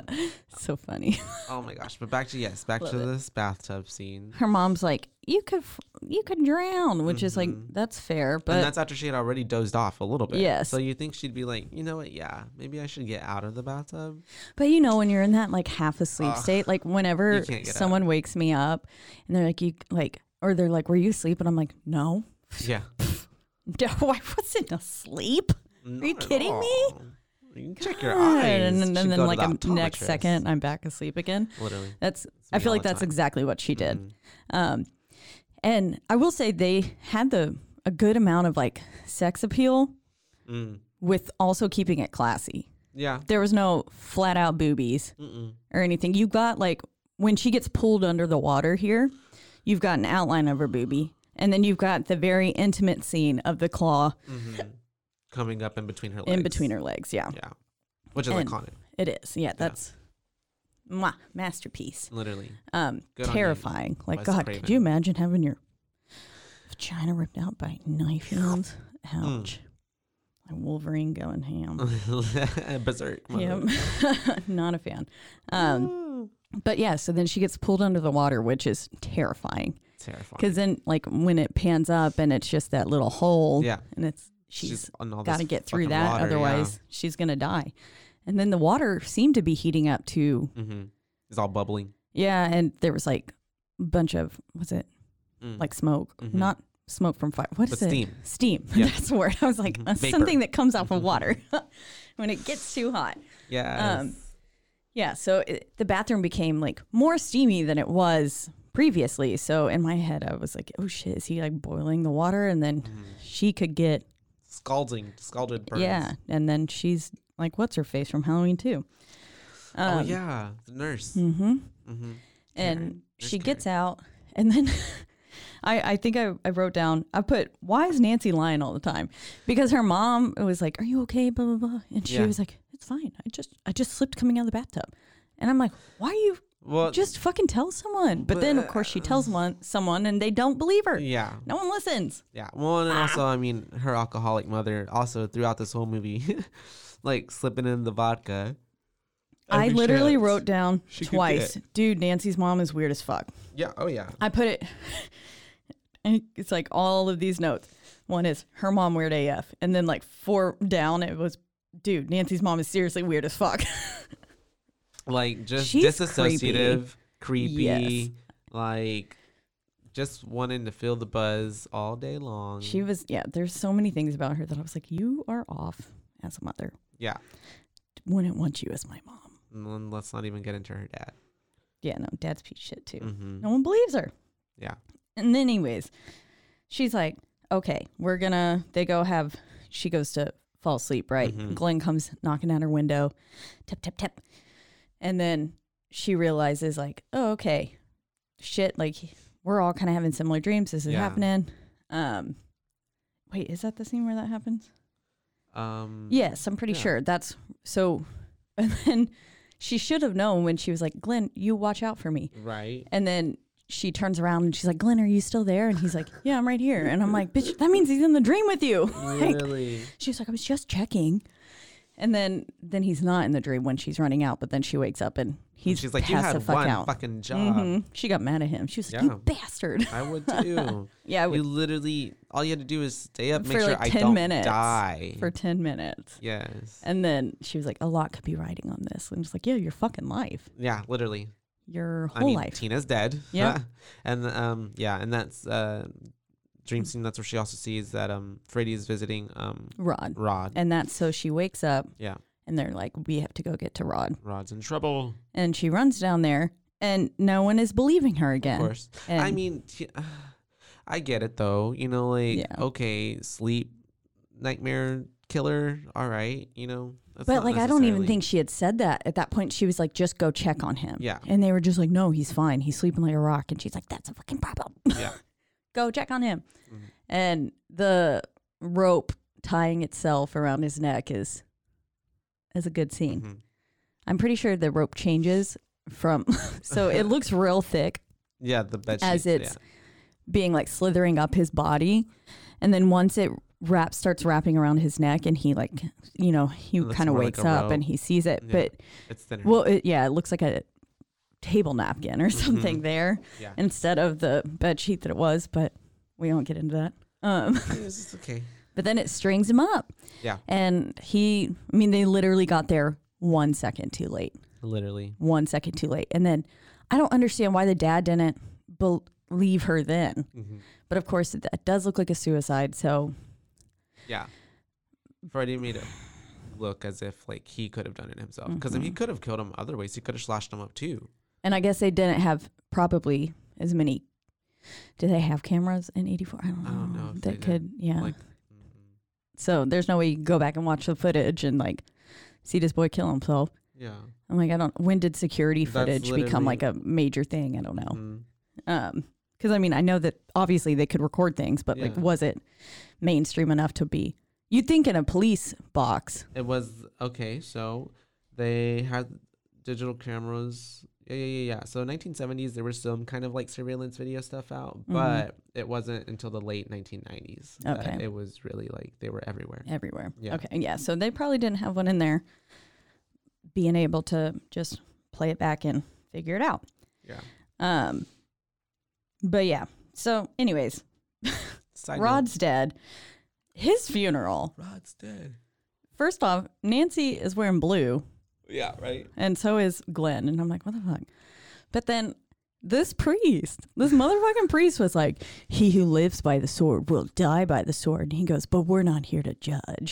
so funny. oh my gosh. But back to yes, back to Love it. this bathtub scene. Her mom's like, "You could, f- you could drown," which is like, Mhm. that's fair, and but that's after she had already dozed off a little bit. Yes. So you think she'd be like, you know what? Yeah, maybe I should get out of the bathtub. but you know when you're in that like half asleep Ugh. state, like You whenever can't get someone wakes me up and they're like, "You like," or they're like, "Were you asleep?" and I'm like, "No, Yeah. no, I wasn't asleep." Are you kidding me? You can check your God. eyes. And, then- You and should then go to like the a next optometrist. second, I'm back asleep again. Literally. That's It's I me feel all like the that's time. exactly what she did. Mhm. Um, and I will say they had the a good amount of like sex appeal Mm. with also keeping it classy. Yeah. there was no flat out boobies Mm-mm. or anything. You got like when she gets pulled under the water here, you've got an outline of her boobie. And then you've got the very intimate scene of the claw Mhm. Coming up in between her legs. in between her legs. Yeah, Yeah. Which is And- iconic, it is. Yeah, that's mwah, masterpiece. literally. Um, Good on you, terrifying. Like Wes God, Craven. could you imagine having your vagina ripped out by knife hands? Ouch. Hmm. Like Wolverine going ham. Uh, Berserk. Yeah, mother- not a fan. Um, Ooh. But yeah, so then she gets pulled under the water, which is terrifying. Terrifying. Because then, like when it pans up and it's just that little hole, Yeah. and it's She's she's on all this got to get through fucking that, water, yeah. otherwise she's gonna die. And then the water seemed to be heating up too. Mhm. It's all bubbling. Yeah, and there was like a bunch of was it Mm. like smoke, Mhm. not smoke from fire. What is But it? steam. Steam. Yeah. That's the word. I was like Mhm. uh, Vapor. Mm-hmm. something that comes off of water when it gets too hot. Yeah. Um, Yeah, so it, the bathroom became like more steamy than it was previously. So in my head, I was like, oh shit, is he like boiling the water? And then she could get, Scalding, scalded Mm-hmm. burns. yeah. And then she's like, what's her face from Halloween too? Um, oh yeah, the nurse. Mm-hmm. Mm-hmm. and she gets out and then I, I think I, I wrote down I put why is Nancy lying all the time because her mom was like are you okay blah blah blah and she Yeah. was like it's fine I just I just slipped coming out of the bathtub and I'm like why are you Well, just fucking tell someone but then of course she tells one someone and they don't believe her uh, yeah, no one listens yeah. Well, Ah. and also, I mean, her alcoholic mother also throughout this whole movie, like slipping in the vodka. I Every literally chance. wrote down uh, She could do twice dude Nancy's mom is weird as fuck Yeah. Oh yeah. I put it, and it's like all of these notes. One is her mom weird AF, and then like four down, it was, dude, Nancy's mom is seriously weird as fuck. Like just She's disassociative, creepy. Yes. Like just wanting to feel the buzz all day long. she was, yeah. There's so many things about her that I was like, you are off as a mother. yeah. Wouldn't want you as my mom. And then Mm, let's not even get into her dad. Yeah, no, dad's piece of shit too. Mm-hmm. No one believes her. Yeah. And then, anyways, she's like, okay, we're gonna, they go have, she goes to fall asleep, right? Mhm. Glenn comes knocking at her window, tap, tap, tap. And then she realizes, like, oh, okay, shit, like, we're all kind of having similar dreams. This is Yeah. happening. Um, wait, is that the scene where that happens? Um. Yes, I'm pretty Yeah. sure. That's so. And then she should have known when she was like, Glenn, you watch out for me. Right. And then she turns around and she's like, Glenn, are you still there? And he's like, Yeah, I'm right here. And I'm like, Bitch, that means he's in the dream with you. like, Really. she was like, I was just checking. And then then he's not in the dream when she's running out, but then she wakes up and And he's she's like, you passed had the fuck one out. fucking job. Mhm. She got mad at him. She was like, Yeah. You bastard. I would too. yeah, you we, literally all you had to do is stay up, make For sure like I 10 don't minutes. die. for 10 minutes. yes. And then she was like, A lot could be riding on this. And it's like, Yeah, your fucking life. Yeah, literally. Your I whole mean, life. Tina's dead. Yeah. and um, yeah, and that's uh, dream scene. That's where she also sees that um, Freddy's visiting um, Rod. Rod. And that's so she wakes up yeah, and they're like, We have to go get to Rod. Rod's in trouble. and she runs down there and no one is believing her Of again. course. And I mean, t- I get it though. You know, like Yeah. okay, sleep nightmare killer. All right, you know. that's but not like I don't even necessarily- think she had said that. At that point she was like just go check on him. Yeah. And they were just like no, he's fine. He's sleeping like a rock and she's like that's a fucking problem. Yeah. go check on him. Mhm. And the rope tying itself around his neck is is a good scene. Mhm. I'm pretty sure the rope changes from so it looks real thick Yeah, the bed as sheets, it's being like slithering up his body and then once it wrap starts wrapping around his neck and he like you know he Looks kind of more like wakes a up rope. and he sees it Yeah. but yeah. it's thinner. well it, yeah it looks like a table napkin Mm-hmm. or something there Yeah. instead of the bed sheet that it was but we won't get into that um it's okay. but then it strings him up Yeah. and he i mean they literally got there one second too late Literally. one second too late and then i don't understand why the dad didn't believe her then Mhm. but of course, it- that does look like a suicide. So, Yeah. Freddie made it look as if like he could have done it himself because Mm-hmm. he could have killed him other ways. He could have slashed him up too. and I guess they didn't have probably as many. Do they have cameras in '84? I don't know. I don't know if they that did. could, yeah. Like, Mm-hmm. so there's no way you can go back and watch the footage and like see this boy kill himself. yeah. I'm like, I don't. When did security That's footage literally- become like a major thing? I don't know. Mhm. Um, because I mean, I know that obviously they could record things, but like, Yeah. was it mainstream enough to be? You'd think in a police box. It was okay. So they had digital cameras. Yeah, yeah, yeah, yeah. So 1970s, there was some kind of like surveillance video stuff out, Mhm. but it wasn't until the late 1990s that Okay. it was really like they were everywhere. everywhere. Yeah. Okay. Yeah. So they probably didn't have one in there. Being able to just play it back and figure it out. Yeah. Um. But yeah. So, anyways, Side note, Rod's dead. His funeral. Rod's dead. First off, Nancy is wearing blue, Yeah. Right. and so is Glenn. And I'm like, what the fuck? But then this priest, this motherfucking priest was like, he who lives by the sword will die by the sword. And he goes, but we're not here to judge.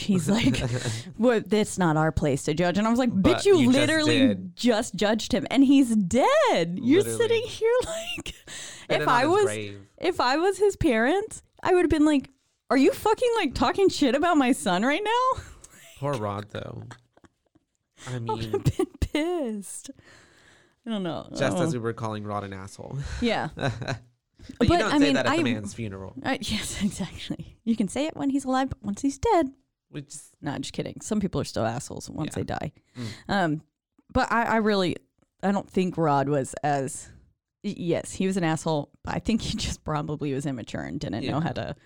He's like, well, that's not our place to judge. And I was like, bitch, But you, you just literally did. just, judged him and he's dead. You're Literally. sitting here like, And if then on I his was, grave. if I was his parents, I would have been like, are you fucking like talking shit about my son right now? poor Rod though. I I would mean, have been pissed. I don't know. Hmm. just Oh. as we were calling Rod an asshole. yeah. but, you But, don't I say mean, that at I- the man's funeral. Uh, yes, exactly. You can say it when he's alive, but once he's dead, We just No, just kidding. Some people are still assholes once Yeah. they die. Mm. Um, but I, I really, I don't think Rod was as. y- Yes, he was an asshole. But I think he just probably was immature and didn't know how Yeah. to.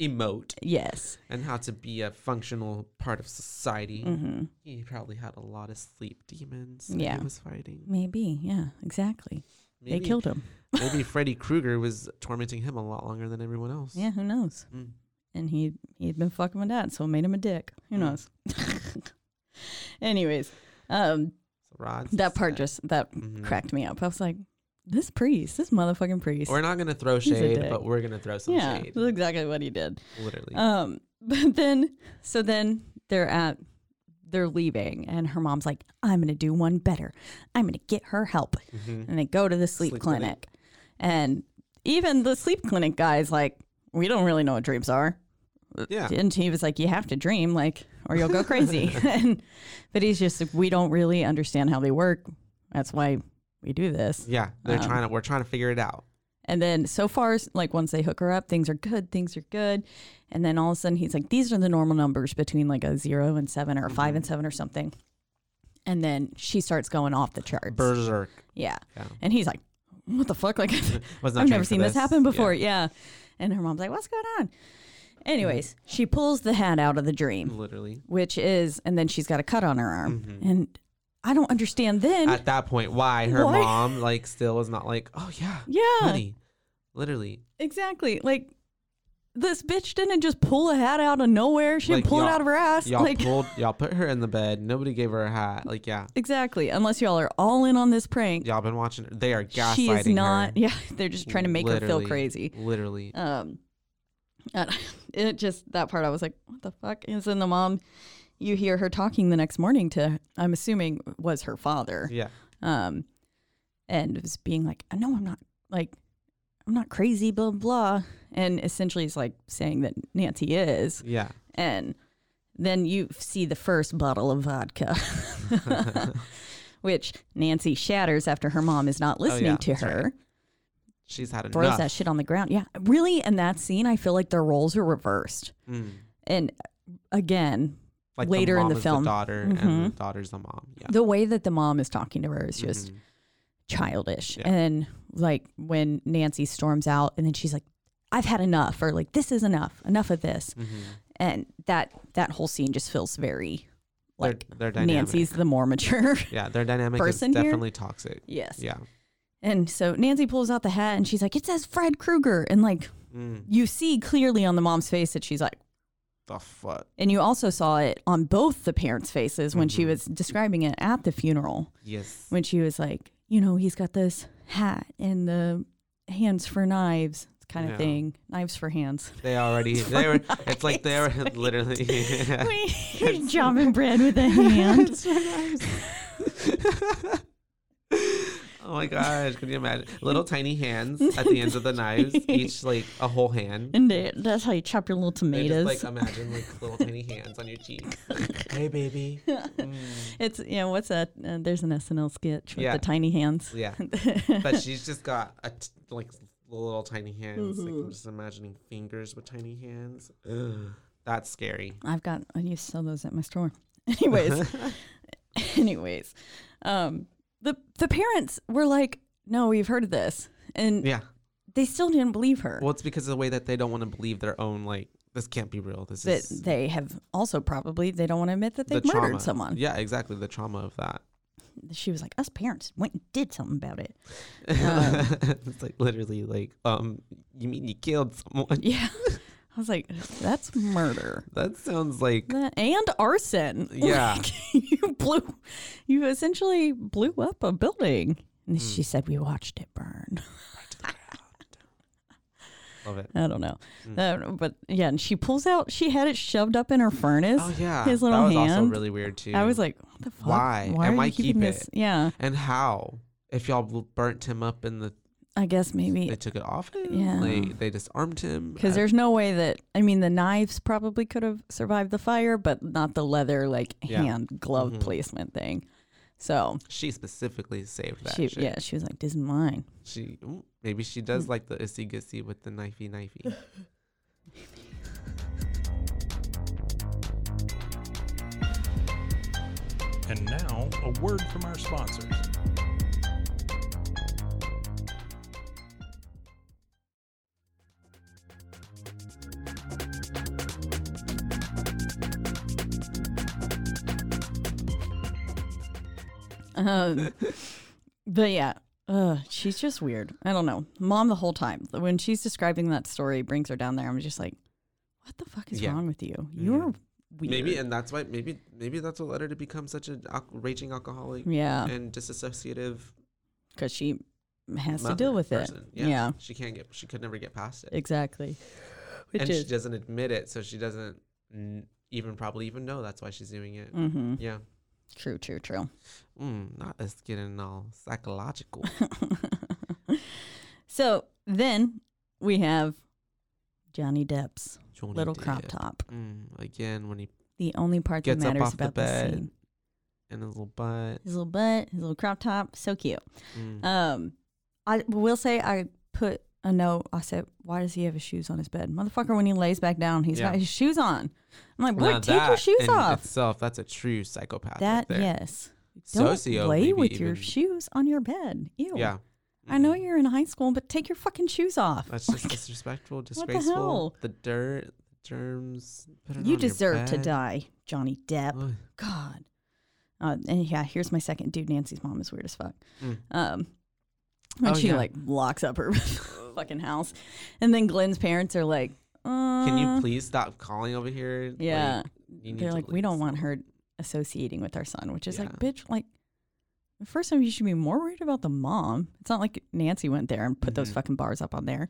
emote Yes. and how to be a functional part of society. hmm He probably had a lot of sleep demons. that Yeah. he was fighting. Maybe. Yeah. Exactly. Maybe, They killed him. maybe Freddy Krueger was tormenting him a lot longer than everyone else. Yeah. Who knows? Mm. And he he'd been fucking with that, so it made him a dick. Who Mm. knows? Anyways, um, So Rod's that part sad. just that Mhm. cracked me up. I was like, this priest, this motherfucking priest. We're not gonna throw He's a shade, dick. but we're gonna throw some yeah, shade. that's exactly what he did. Literally. Um, but then so then they're at they're leaving, and her mom's like, "I'm gonna do one better. I'm gonna get her help." Mhm. And they go to the sleep, Sleep clinic. clinic. and even the sleep clinic guys like, "We don't really know what dreams are." Yeah. And he was like, "You have to dream, like, or you'll go crazy." and, but he's just, like, "We don't really understand how they work. That's why we do this." Yeah. They're Um, trying to. We're trying to figure it out. And then so far, s- like once they hook her up, things are good, things are good. And then all of a sudden he's like, these are the normal numbers between like a zero and seven or a five Mm-hmm. and seven or something. And then she starts going off the charts. Berserk. Yeah. Yeah. And he's like, what the fuck? Like, I've, Was not I've trained never for seen this. this happen Yeah. before. Yeah. And her mom's like, what's going on? Anyways, she pulls the hat out of the dream, Literally. which is, and then she's got a cut on her arm. Mhm. And I don't understand then. At that point, why her Why? mom like still is not like, oh yeah, yeah. honey, literally. Exactly. Like this bitch didn't just pull a hat out of nowhere. She didn't Like, pull it y'all- out of her ass. Y'all Like pulled, y'all put her in the bed. Nobody gave her a hat. Like yeah, exactly. Unless y'all are all in on this prank. y'all been watching. her. They are gaslighting she is not. her. Yeah, they're just trying to make her feel Literally. crazy. Literally. Um, and it just that part I was like, what the fuck? And then the mom, you hear her talking the next morning to, I'm assuming was her father. Yeah. um, and was being like, "No, I'm not like, I'm not crazy, blah blah," and essentially is like saying that Nancy is, Yeah. and then you see the first bottle of vodka, which Nancy shatters after her mom is not listening Oh, yeah, to that's her, right. She's had throws enough. that shit on the ground. Yeah, really, in that scene, I feel like their roles are reversed, Mm. and again. Like Later in the mom the is film. the daughter and the Mhm. daughter's the mom. Yeah. The way that the mom is talking to her is just Mhm. childish. Yeah. And like when Nancy storms out and then she's like, I've had enough, or like, this is enough, enough of this. Mhm. And that that whole scene just feels very like their, their dynamic. Nancy's the more mature. yeah, their dynamic person is here. definitely toxic. yes. Yeah. And so Nancy pulls out the hat and she's like, It says Fred Krueger. And like Mm. you see clearly on the mom's face that she's like The fuck. and you also saw it on both the parents' faces when she Mhm. was describing it at the funeral. Yes. when she was like, you know, he's got this hat and the hands for knives kind of Yeah. thing. Knives for hands. They already. They were. It's like they were literally. You're jumping bread with a hand. It's so nice. oh my gosh! Can you imagine? Little tiny hands at the ends of the knives, each like a whole hand. and they, that's how you chop your little They tomatoes. just, like uh, imagine like little tiny hands on your cheeks. hey baby. Mm. it's, you know, what's that? Uh, there's an SNL sketch with Yeah. the tiny hands. Yeah, but she's just got a t- like little tiny hands. Like, Mm-hmm. I'm just imagining fingers with tiny hands. Ugh, that's scary. I've got, I used to sell those at my store. Anyways, anyways, um, the, the parents were like, no, we've heard of this. And yeah. they still didn't believe her. Well, it's because of the way that they don't want to believe their own. Like this can't be real. This that is they have also probably they don't want to admit that the they've murdered trauma. someone. Yeah, exactly. The trauma of that. She was like, "Us parents went and did something about it." Uh. it's like literally like um you mean you killed someone Yeah, I was like, "That's murder that sounds like That- and arson." Yeah. Like, you blew, you essentially blew up a building. And Mm. she said we watched it burn. Love it. I don't know. Mm. I don't know, but yeah, and she pulls out she had it shoved up in her furnace. Oh yeah, his little that was also hand. really weird too. I was like, what the fuck? Why? And are why you keeping keep this? Yeah. and how if y'all bl- burnt him up and the, I guess they maybe took it off him? Yeah. Like they disarmed him Uh, because I- there's no way that I mean the knives probably could have survived the fire, but not the leather like Yeah. hand glove Mhm. placement thing. So she specifically saved that. she shit. yeah Mm. she was like, this is mine. She ooh, maybe she does like the issy gissy with the knifey knifey. And now, a word from our sponsors. Um, but yeah, uh, she's just weird. I don't know. Mom, the whole time when she's describing that story, brings her down there. I'm just like, what the fuck is Yeah. Mm-hmm. wrong with you? You're weird. maybe and that's why maybe maybe that's what led her to become such a al- raging alcoholic yeah, and disassociative. because she has to mother deal with person. it. Yeah, she can't get she could never get past it, exactly. Which and she is doesn't admit it, so she doesn't n- even probably even know that's why she's doing it. hmm Yeah, true, true, true. mm, not us getting all psychological. so then we have Johnny Depp's Johnny little crop Depp. top. Mm, again, when he The only part gets that up matters off the about the bed scene. and his little butt. His little butt, his little crop top, so cute. Mm. Um, I will say I put a note. I said, "Why does he have his shoes on his bed, motherfucker? When he lays back down, he's Yeah. got his shoes on." I'm like, Now "Boy, take your that shoes in off." Itself, that's a true psychopath. That right there. yes, don't socio lay maybe with your even. shoes on your bed. Ew. Yeah, I know Mm-mm. you're in high school, but take your fucking shoes off. That's just disrespectful, the disgraceful. hell? the, dirt, germs. put it on you your deserve to bed. die, Johnny Depp. Ugh. God. Uh, and yeah, here's my second dude. Nancy's mom is weird as fuck. Mm. Um, when Oh, she yeah. like locks up her fucking house, and then Glenn's parents are like, uh, Can you please stop calling over here? Like, Yeah, you need they're to like, we don't leave. want her associating with our son, which is like, Yeah. bitch, like, the first time you should be more worried about the mom. It's not like Nancy went there and put those Mhm. fucking bars up on there.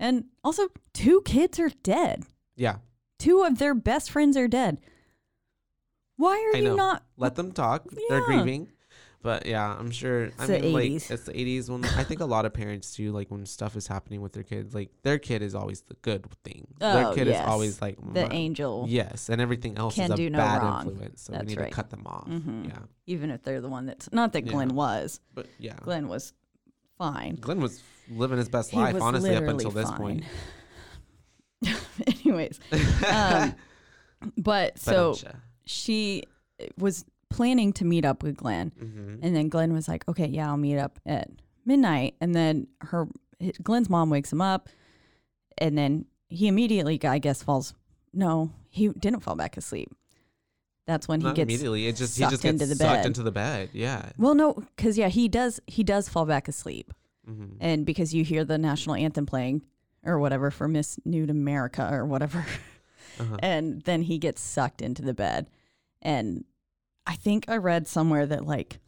And also, two kids are dead. Yeah, Two of their best friends are dead. Why are I you know. not? let them talk. They're Yeah. grieving. But yeah, I'm sure. I It's the mean, like 80s. it's the 80s. When I think a lot of parents do, like when stuff is happening with their kids, like their kid is always the good thing. their Oh, kid yes. is always like The my- angel, Yes, and everything else Can is a do no bad wrong. influence. So That's we need right. to cut them off. Mhm. Yeah, even if they're the one that's not that Glenn Yeah. was. but yeah, Glenn, Glenn was fine. was living his best He life, was honestly, up literally until this point. Anyways, um, but so she was planning to meet up with Glenn, mm-hmm. and then Glenn was like, "Okay, yeah, I'll meet up at midnight." And then her hi- Glenn's mom wakes him up, and then he immediately, I guess, falls. No, he didn't fall back asleep. That's when he not gets. immediately. It just he sucked just gets into the sucked bed. into the bed. Yeah. Well, no, because yeah, he does. He does fall back asleep. Mm-hmm. and because you hear the national anthem playing or whatever for Miss Nude America or whatever, Uh-huh. and then he gets sucked into the bed. And I think I read somewhere that like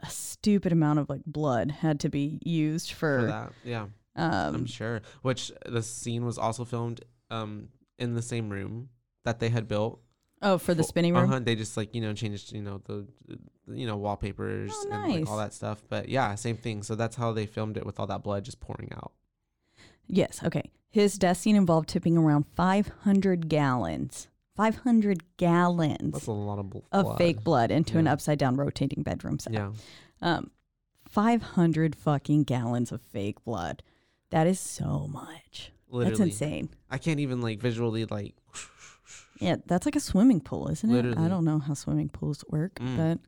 a stupid amount of like blood had to be used For for, that, yeah, I'm um sure. Which the scene was also filmed um in the same room that they had built oh for the Fo- spinning room. Uh-huh, they just like you know changed you know the the, you know wallpapers Oh, and like, all nice. that stuff. But yeah, same thing. So that's how they filmed it with all that blood just pouring out. Yes, okay. His death scene involved tipping around 500 gallons. 500 That's gallons a lot of bl- of blood. fake blood into an Yeah. upside down rotating bedroom set. Yeah, Um, 500 fucking gallons of fake blood. That is so much. literally. That's insane. I can't even like visually like. Yeah, that's like a swimming pool, isn't it? I Literally. don't know how swimming pools work, Mm. but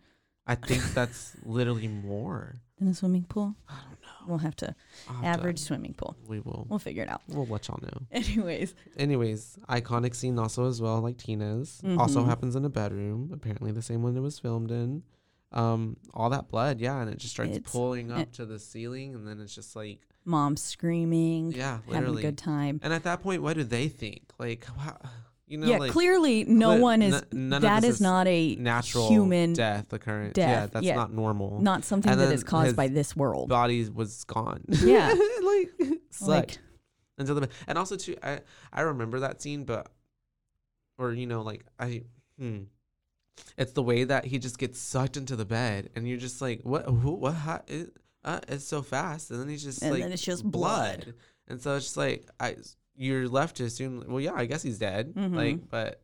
I think that's literally more. in a swimming pool, I don't know. we'll have to I'll have to- average swimming pool. we will. We'll figure it out. We'll let y'all know. Anyways, Anyways, iconic scene also as well, like Tina's. Also Mhm. happens in a bedroom, apparently the same one it was filmed in. Um, all that blood, yeah, and it just starts It's- pulling up it- to the ceiling, and then it's just like, mom screaming, yeah, Mm, having a literally. good time. And at that point, what do they think? Like, wow, You know, yeah, like clearly no clear- one is. n- none of that this is, not a natural human, death occurrence. yeah, death, that's yeah. not normal. not something and that then is caused his by this world. Body was gone. Yeah. like sucked. Like, until the and also too I I remember that scene but or you know like I hmm it's the way that he just gets sucked into the bed and you're just like what who what how, it, uh, it's so fast and then he's just And like then it's just blood. and so it's just like I you're left to assume well yeah I guess he's dead Mhm. like but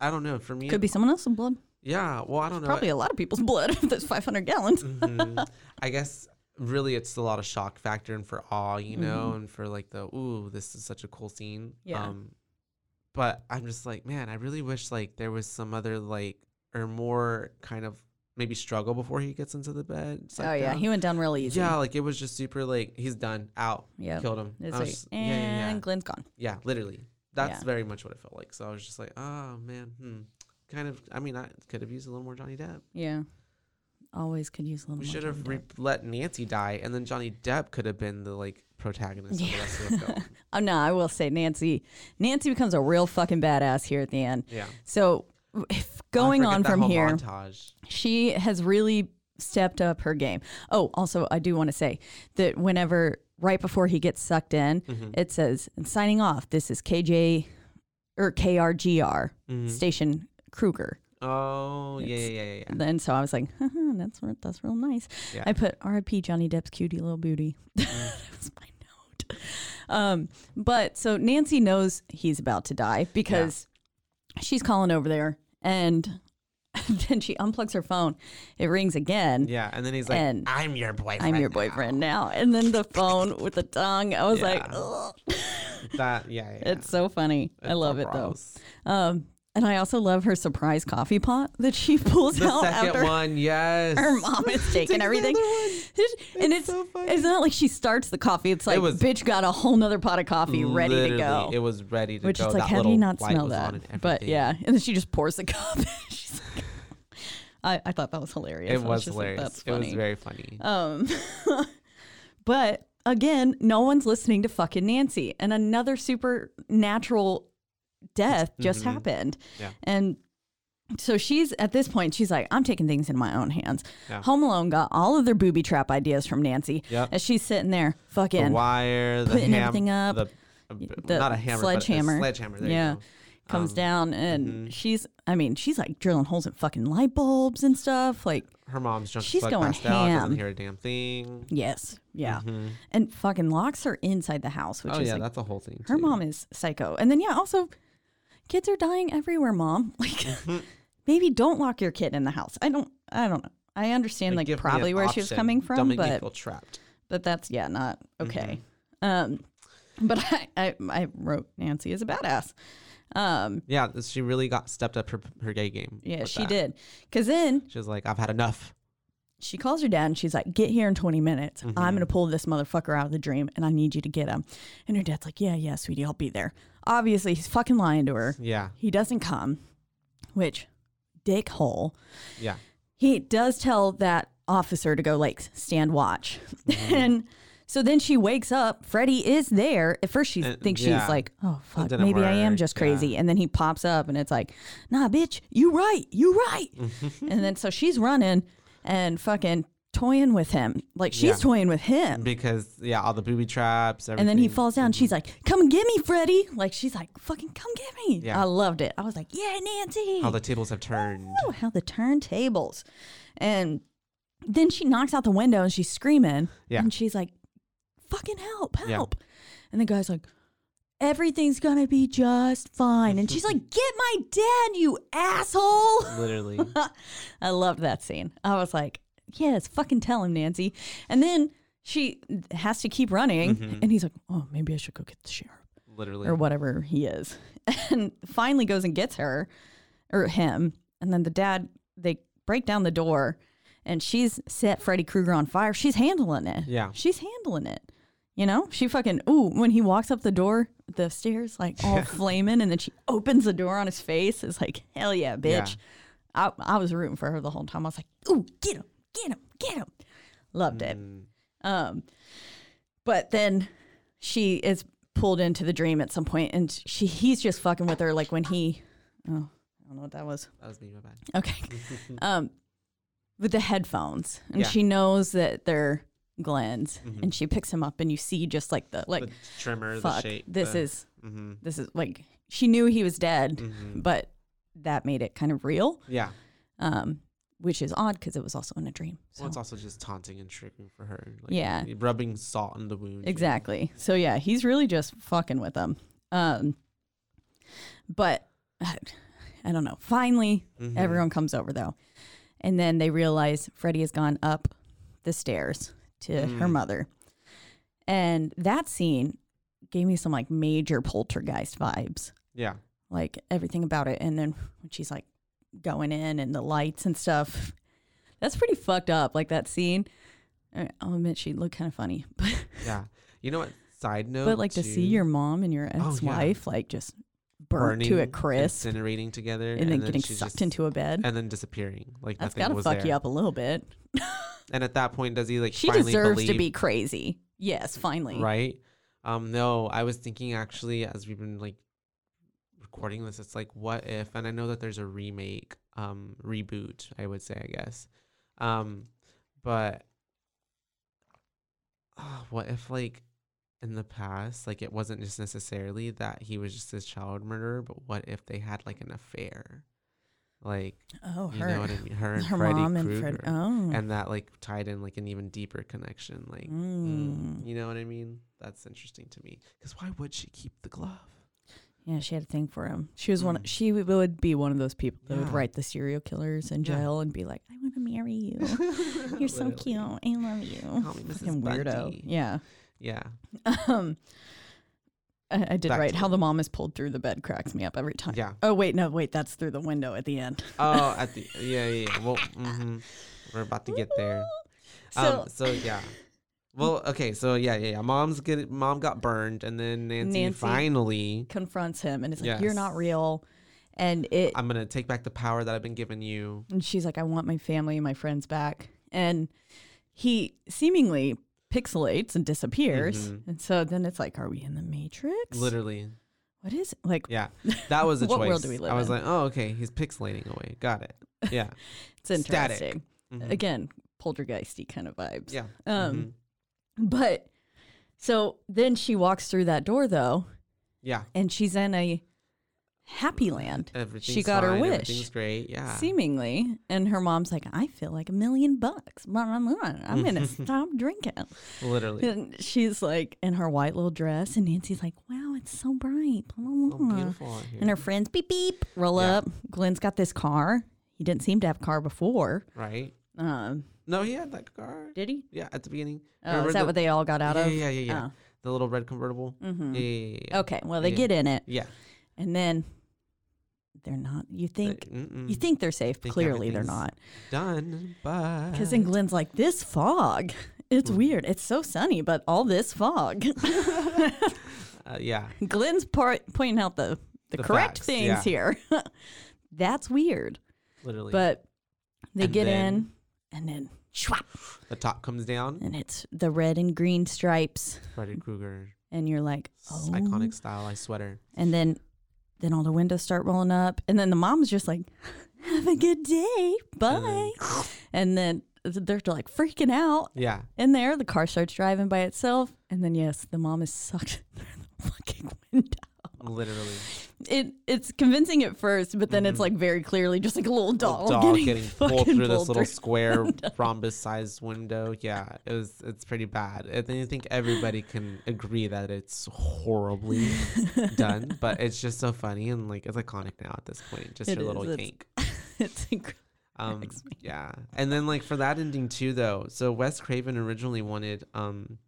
I don't know for me could be someone else's blood. yeah well I don't know Probably a lot of people's blood. If there's 500 gallons. Mhm. I guess really it's a lot of shock factor and for awe, you know, and for like the ooh, this is such a cool scene. Mm-hmm. Yeah. Um, but I'm just like, man, I really wish like there was some other like or more kind of maybe struggle before he gets into the bed. Oh sucked yeah, down. he went down really easy. yeah, like it was just super like he's done out, Yep. killed him. I It's was like, just- and yeah, yeah, yeah, Glenn's gone. yeah, literally. That's Yeah. very much what it felt like. So I was just like, oh man, hmm. kind of. I mean, I could have used a little more Johnny Depp. Yeah. Always could use a little We more. should have Johnny re- Depp. let Nancy die, and then Johnny Depp could have been the like protagonist of the rest of the film. oh no, I will say Nancy. Nancy becomes a real fucking badass here at the end. Yeah, So if Oh, I going forget on that from whole here, montage. she has really stepped up her game. Oh, also I do want to say that whenever right before he gets sucked in, Mm-hmm. it says and signing off. This is KJ or KRGR Mm-hmm. station Kruger. Oh yeah, yeah, yeah, yeah, yeah. And then so I was like, Haha, that's re- that's real nice. Yeah. Mm. I put R.I.P. Johnny Depp's cutie little booty. that was my note. Um, but so Nancy knows he's about to die because she's calling over there, and then she unplugs her phone. It rings again. Yeah, and then he's like, "Ah, And "I'm your boyfriend." I'm your boyfriend now. And then the phone with the tongue. I was Yeah. like, Ugh. now." That yeah, yeah, yeah. it's so funny. I It's love so it though. gross. Um, and I also love her surprise coffee pot that she pulls The out second after one, yes. her mom is taking the everything. other one. and It's it's so funny. it's not like she starts the coffee. It's like was- bitch got a whole nother pot of coffee ready to Literally, go. It was ready to which go. is like, that how do little you not light smell was on that? and But everything. yeah, and then she just pours the cup. She's like, I, I thought that was hilarious. I it was just like, hilarious. That's it funny. was very funny. Um, but again, no one's listening to fucking Nancy, and another supernatural death just Mhm. happened. Yeah. And so she's at this point, she's like, I'm taking things in my own hands. Yeah. Home Alone got all of their booby trap ideas from Nancy Yep. as she's sitting there the fucking. wire, the putting ham- everything up, the, the not a hammer, sledgehammer. but a sledgehammer. There Yeah. you go. comes um, down and mhm. she's, I mean, she's like drilling holes in fucking light bulbs and stuff. Like, Her mom's drunk. She's She's going going out, ham. doesn't hear a damn thing. yes, yeah, Mhm. and fucking locks her inside the house, which Oh is yeah, like that's a whole thing. her too. mom is psycho. And then yeah, also kids are dying everywhere, mom. Like Mm-hmm. maybe don't lock your kid in the house. I don't I don't know. I understand like, give me probably an where she was option. coming from, Don't make me but feel trapped. but that's yeah, not okay. Mm-hmm. Um but I, I I wrote Nancy is a badass. Um Yeah, th- she really got stepped up her her gay game. yeah, with she that. did. Cause then She was like, "I've had enough." she calls her dad and she's like, Get here in 20 minutes. Mm-hmm. I'm going to pull this motherfucker out of the dream and I need you to get him. And her dad's like, Yeah, yeah, sweetie, I'll be there. Obviously, he's fucking lying to her. Yeah, He doesn't come, which dick hole. yeah, He does tell that officer to go like stand watch. Mm-hmm. and so then she wakes up. Freddie is there. At first she Uh, thinks yeah. she's like, oh fuck, didn't maybe I am work, just yeah. crazy. And then he pops up and it's like, nah, bitch, you right, you right. and then so she's running and fucking toying with him. Like she's Yeah. toying with him. because yeah, all the booby traps. Everything. Mm-hmm. And then he falls down. She's like, "Come and get me, Freddie!" Like she's like, "Fucking come get me!" Yeah. I loved it. I was like, "Yeah, Nancy!" All the tables have turned. oh, how the turntables. And then she knocks out the window and she's screaming. Yeah. And she's like, fucking help, Yeah. help. And the guy's like, everything's going to be just fine. And she's like, get my dad, you asshole. Literally, I loved that scene. I was like, yes, fucking tell him, Nancy. And then she has to keep running. Mm-hmm. And he's like, oh, maybe I should go get the sheriff literally. or whatever he is, and finally goes and gets her or him. And then the dad, they break down the door and she's set Freddy Krueger on fire. She's handling it. Yeah. She's handling it. You know, she fucking, ooh, when he walks up the door, the stairs, like all flaming, and then she opens the door on his face. It's like, hell yeah, bitch. I, I was rooting for her the whole time. I was like, ooh, get him, get him, get him. Loved it. Mm, Um, but then she is pulled into the dream at some point, and she he's just fucking with her like when he, oh, I don't know what that was. That was me, my bad. Okay, um, with the headphones, and Yeah. she knows that they're Glenn's, Mhm. and she picks him up, and you see just like the like the trimmer, fuck, the shape. this the, is Mm-hmm, this is like she knew he was dead, hmm but that made it kind of real, yeah. um, which is odd because it was also in a dream. So. Well, it's also just taunting and tricking for her. Like, Yeah. Rubbing salt in the wound. you know? Exactly. So yeah, he's really just fucking with them. Um, but I don't know. Finally, Mhm. everyone comes over though, and then they realize Freddie has gone up the stairs to her Mm. mother, and that scene gave me some like major poltergeist vibes, Yeah. like everything about it. And then when she's like going in and the lights and stuff, that's pretty fucked up. Like that scene. I- I'll admit she looked kind of funny, but Yeah. You know what? Side note. but like to see too, your mom and your Oh, yeah. ex-wife like just burnt to a burning, crisp and, incinerating together, and, then, getting she's sucked just- into a bed. and then disappearing. Like That's nothing gotta was fuck there. you up a little bit. And at that point, does he like She finally deserves believe, to be crazy. Yes, finally. right? Um, no, I was thinking actually as we've been like recording this, it's like what if? And I know that there's a remake, um, reboot. I would say, I guess, um, but uh, what if like in the past, like it wasn't just necessarily that he was just this child murderer, but what if they had like an affair, like Oh, you her, know what I mean, her and her Freddy mom and Fred. Krueger. Oh, and that like tied in like an even deeper connection, like. Mm. Mm, you know what I mean? That's interesting to me. Because why would she keep the glove? yeah, she had a thing for him. She was one. Mm. She w- would be one of those people that would Yeah. write the serial killers in Yeah. jail and be like, "I want to marry you. You're so Literally. cute. I love you." Call me Mrs. Fucking weirdo. Bundy. Yeah. Yeah. Um, I, I did Back write to how the- the mom is pulled through the bed cracks me up every time. Yeah. Oh wait, no, wait, that's through the window at the end. Oh, at the yeah, yeah. yeah. Well, hmm we're about to get there. So um, so yeah. Well, okay. So yeah, yeah, yeah. Mom's get mom got burned, and then Nancy, Nancy- finally. confronts him and it's like, "You're not Yes. real," and it. I'm gonna take back the power that I've been given you. and she's like, "I want my family and my friends back," and he seemingly pixelates and disappears. Mhm. And so then it's like, "Are we in the Matrix? Literally, What is it? like?" yeah. That was a What choice. world do we live I was in? like, oh, okay, he's pixelating away. Got it. Yeah. It's interesting. static. Mhm. Again, poltergeisty kind of vibes. Yeah. Um, mhm. But so then she walks through that door though, Yeah. and she's in a happy land, Everything's got her fine, wish. Everything's great. Yeah. seemingly. And her mom's like, I feel like a million bucks. Blah, blah, blah. I'm going to stop drinking. Literally. And she's like, in her white little dress. And Nancy's like, wow, it's so bright. Blah, blah, Oh, blah. beautiful out here. and her friends, beep, beep, roll Yeah. up. Glenn's got this car. He didn't seem to have a car before. right? Um, No, he had that car. did he? Yeah, at the beginning. Oh, Remember is that the, what they all got out yeah, of? Yeah, yeah, yeah. The little red convertible. Oh, mhm. Yeah, yeah, yeah, yeah. Okay. Well, they Yeah. get in it. Yeah. And then they're not, you Like, think. mm-mm. You think they're safe. Think Clearly, they're everything's- not. done, but Because then Glenn's like, this fog. It's Mm. weird. It's so sunny, but all this fog. uh, yeah, Glenn's part pointing out the, the, The correct facts, things yeah. here. That's weird. literally. But they And get then- in and then schwap, the top comes down. and it's the red and green stripes. Freddy Krueger, And you're like, s- oh. iconic style. I sweater. And then then all the windows start rolling up. And then the mom's just like, have a good day. And Bye. then- And then they're like freaking out. yeah, in there. The car starts driving by itself, and then yes, the mom is sucked through the fucking window. literally. It it's convincing at first, but then it's Mhm. like very clearly just like a little The doll, doll getting, pulled fucking through this pulled little through. square rhombus-sized window. Yeah, it was. It's pretty bad. I think I think everybody can agree that it's horribly done, but it's just so funny and like it's iconic now at this point. Just It your is, little it's- kink. it's incredible. Um, cracks me yeah, and then like for that ending too, though. So Wes Craven originally wanted um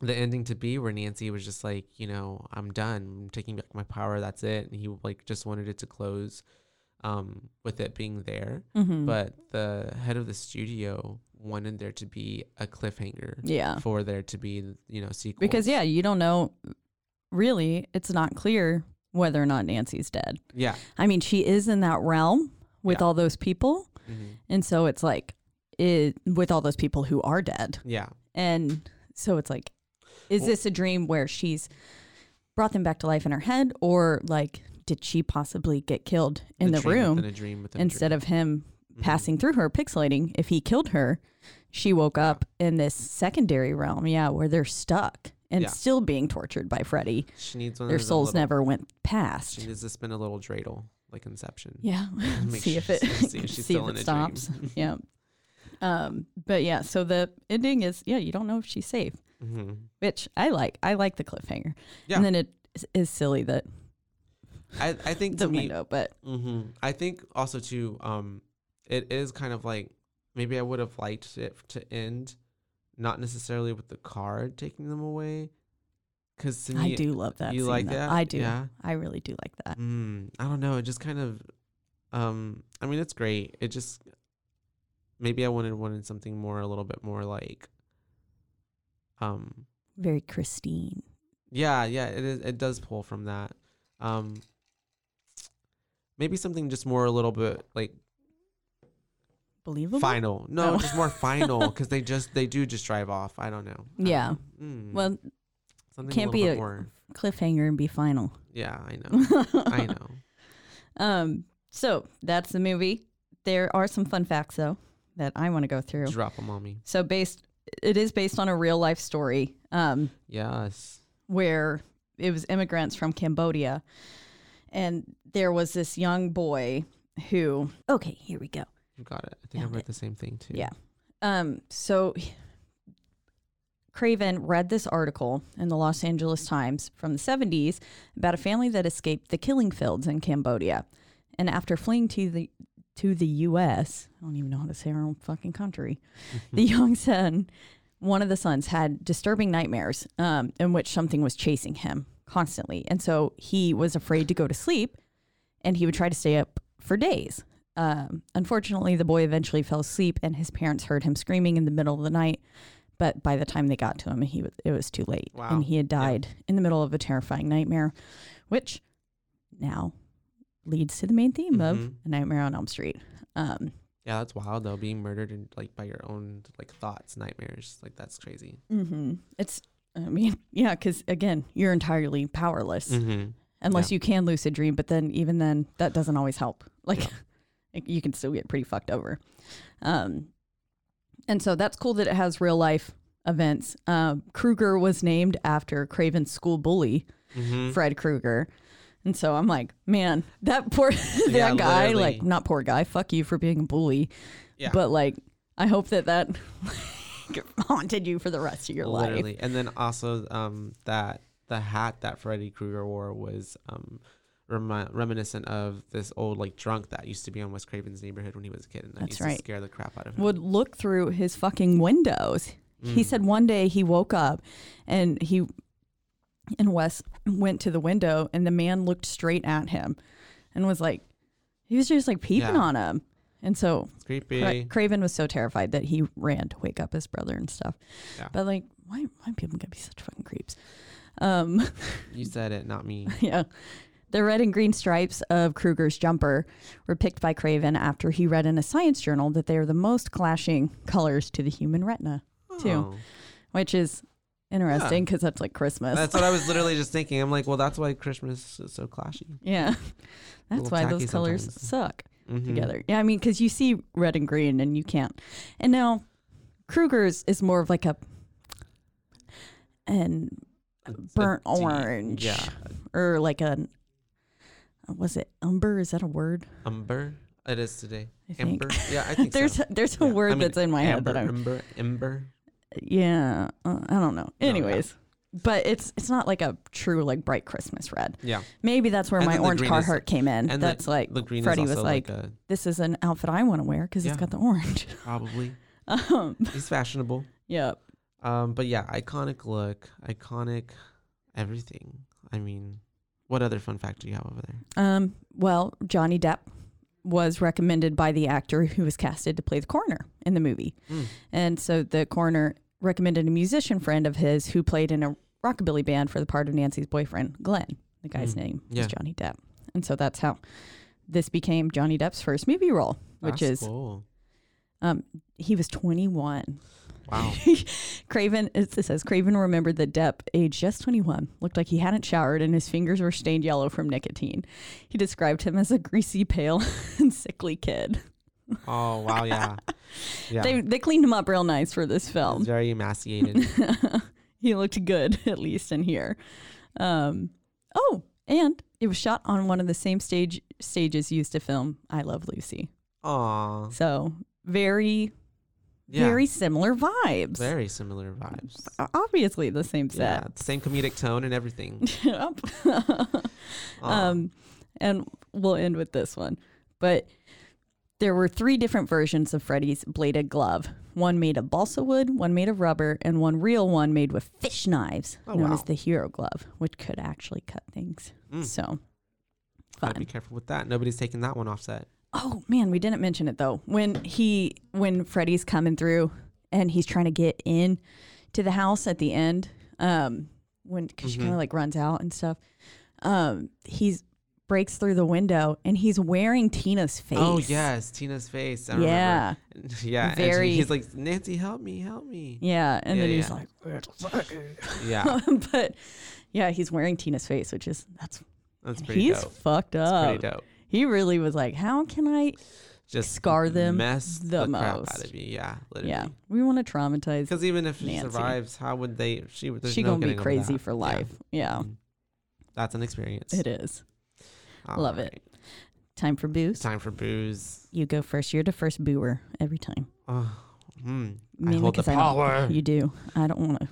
the ending to be where Nancy was just like, you know, I'm done. I'm taking back my power. That's it. And he like just wanted it to close um with it being there. Mhm. But the head of the studio wanted there to be a cliffhanger yeah, for there to be you know sequel because yeah, you don't know. Really, it's not clear whether or not Nancy's dead. yeah I mean, she is in that realm with Yeah. all those people, mhm, and so it's like it with all those people who are dead. yeah And so it's like, is Well- this a dream where she's brought them back to life in her head, or like did she possibly get killed in the, room in a dream within a instead of him dream. Mhm. passing through her, pixelating? If he killed her, she woke up in this secondary realm, yeah, where they're stuck and Yeah. still being tortured by Freddy. Mm-hmm. She needs one Their of those souls little- never went past. She needs to spin a little dreidel, like Inception. Yeah. Make see if sure it she's- see if she's see still if in it a stops. yeah. Um, but yeah, so the ending is yeah, you don't know if she's safe, hmm which I like. I like the cliffhanger. Yeah. And then it is, is silly that I, I think the to me, window, but hmm I think also too, um, it is kind of like maybe I would have liked it to end, not necessarily with the card taking them away, because to me, I do love that. you scene, like though. that? I do. Yeah. I really do like that. Mm, I don't know. It just kind of, um, I mean, it's great. It just maybe I wanted wanted something more, a little bit more like, um, Very pristine. yeah, yeah. It is. It does pull from that. Um, maybe something just more a little bit like Believable. final. No, Oh. just more final because they just they do just drive off. I don't know. I Yeah. don't know. Mm, Well, something can't little be bit a- more. cliffhanger and be final. Yeah, I know. I know. Um, so that's the movie. There are some fun facts though that I want to go through. Drop a mommy. So based, it is based on a real life story um, Yes. where it was immigrants from Cambodia, and there was this young boy who. Okay, here we go. You got it. I think Found I read it. the same thing too. Yeah. Um, so Craven read this article in the Los Angeles Times from the 70s about a family that escaped the killing fields in Cambodia. And after fleeing to the to the US, I don't even know how to say our own fucking country. the young son, one of the sons had disturbing nightmares um, in which something was chasing him constantly. And so he was afraid to go to sleep and he would try to stay up for days. Um, unfortunately, the boy eventually fell asleep, and his parents heard him screaming in the middle of the night. But by the time they got to him, he was, it was too late, Wow. and he had Yeah. died in the middle of a terrifying nightmare, which now leads to the main theme of Mhm. a Nightmare on Elm Street. Um, Yeah, that's wild though. Being murdered and like by your own like thoughts, nightmares, like that's crazy. hmm It's, I mean, yeah, because again, you're entirely powerless Mm-hmm. unless you can lucid dream. But then, even then, that doesn't always help. Like, like, you can still get pretty fucked over. Um, and so that's cool that it has real life events. Um, Kruger was named after Craven's school bully, Mm-hmm. Fred Kruger. And so I'm like, man, that poor that Yeah, guy, like, literally. not poor guy. Fuck you for being a bully. Yeah. But like, I hope that that like, haunted you for the rest of your life. Literally. And then also um that the hat that Freddy Krueger wore was um remi- reminiscent of this old like drunk that used to be on West Craven's neighborhood when he was a kid and that That's used right. to scare the crap out of him. Mm. would look through his fucking windows. He said one day he woke up and he and Wes went to the window and the man looked straight at him and was like he was just like peeping Yeah. on him. And so it's Cra- creepy. Craven was so terrified that he ran to wake up his brother and stuff. Yeah. But like why why people gonna be such fucking creeps? Um You said it, not me. yeah. The red and green stripes of Kruger's jumper were picked by Craven after he read in a science journal that they are the most clashing colors to the human retina, Too. Oh. which is interesting because that's like Christmas. That's what I was literally just thinking. I'm like, well, that's why Christmas is so clashy. yeah. That's little why tacky those colors sometimes. suck Mhm. together. Yeah, I mean, because you see red and green and you can't. And now Kruger's is more of like a an It's a burnt deep- orange Yeah. or like an was it umber? Is that a word? Umber. It is today. I think. Amber. Yeah, I think there's so. there's a Yeah. I word mean, that's in my head Amber, that I'm Ember, Ember. yeah uh, I don't know. yeah. Anyways, but it's it's not like a true like bright Christmas red. Yeah, Maybe that's where And my then the orange green car is- heart came in. and That's like the green Freddie is was also like, a, this is an outfit I want to wear because Yeah. it's got the orange. probably um, he's fashionable. yeah, Um, but yeah, iconic look, iconic everything. I mean, what other fun fact do you have over there? Um, well, Johnny Depp was recommended by the actor who was casted to play the coroner in the movie. Mm. And so the coroner recommended a musician friend of his who played in a rockabilly band for the part of Nancy's boyfriend, Glenn. The guy's Mm. name Yeah. is Johnny Depp. And so that's how this became Johnny Depp's first movie role, which That's is cool. um, he was 21 Wow. Craven, it says Craven remembered that Depp, aged just 21, looked like he hadn't showered and his fingers were stained yellow from nicotine. He described him as a greasy, pale, and sickly kid. Oh wow. Yeah. Yeah. They, they cleaned him up real nice for this It's film. very emaciated. he looked good, at least in here. Um, oh, and it was shot on one of the same stage stages used to film I Love Lucy. Aw. So very, Yeah. very similar vibes. Very similar vibes. Obviously, the same Yeah. set. Same comedic tone and everything. Yep. Aw. Um, and we'll end with this one. But there were three different versions of Freddy's bladed glove. One made of balsa wood, one made of rubber, and one real one made with fish knives, Oh, known wow. as the hero glove, which could actually cut things. Mm. So Gotta fun. be careful with that. Nobody's taking that one offset. Oh man, we didn't mention it though. When he when Freddy's coming through and he's trying to get in to the house at the end, um, when because she Mhm. kind of like runs out and stuff, um, he's breaks through the window and he's wearing Tina's face. Oh yes, Tina's face. I remember. yeah, yeah. and she- Very- he's like, Nancy, help me, help me. yeah. And Yeah, then he's yeah. like, Yeah, but yeah, he's wearing Tina's face, which is that's that's pretty he's dope. fucked That's up. pretty dope. He really was like, how can I? Just Scar them mess the crap out most. of you. Yeah, Yeah, literally. we want to traumatize. Because even if she Nancy. survives, how would they? She there's She no gonna be getting over crazy that. for Yeah. life. yeah. Mhm. That's an experience. It is. All love it. Time for booze. Time for booze. You go first. You're the first booer every time. Oh, mm. I Mainly hold the 'cause I don't- power. You do. I don't want to.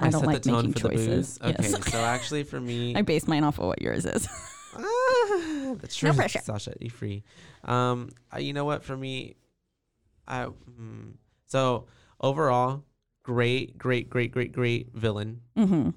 I, don't set like the tone making for choices. The booze. Okay, Yes. so actually for me, I base mine off of what yours is. Ah, that's true. No pressure. Sasha, you free. Um, uh, you know what? For me, I mm, so overall, great, great, great, great, great villain. mm-hmm.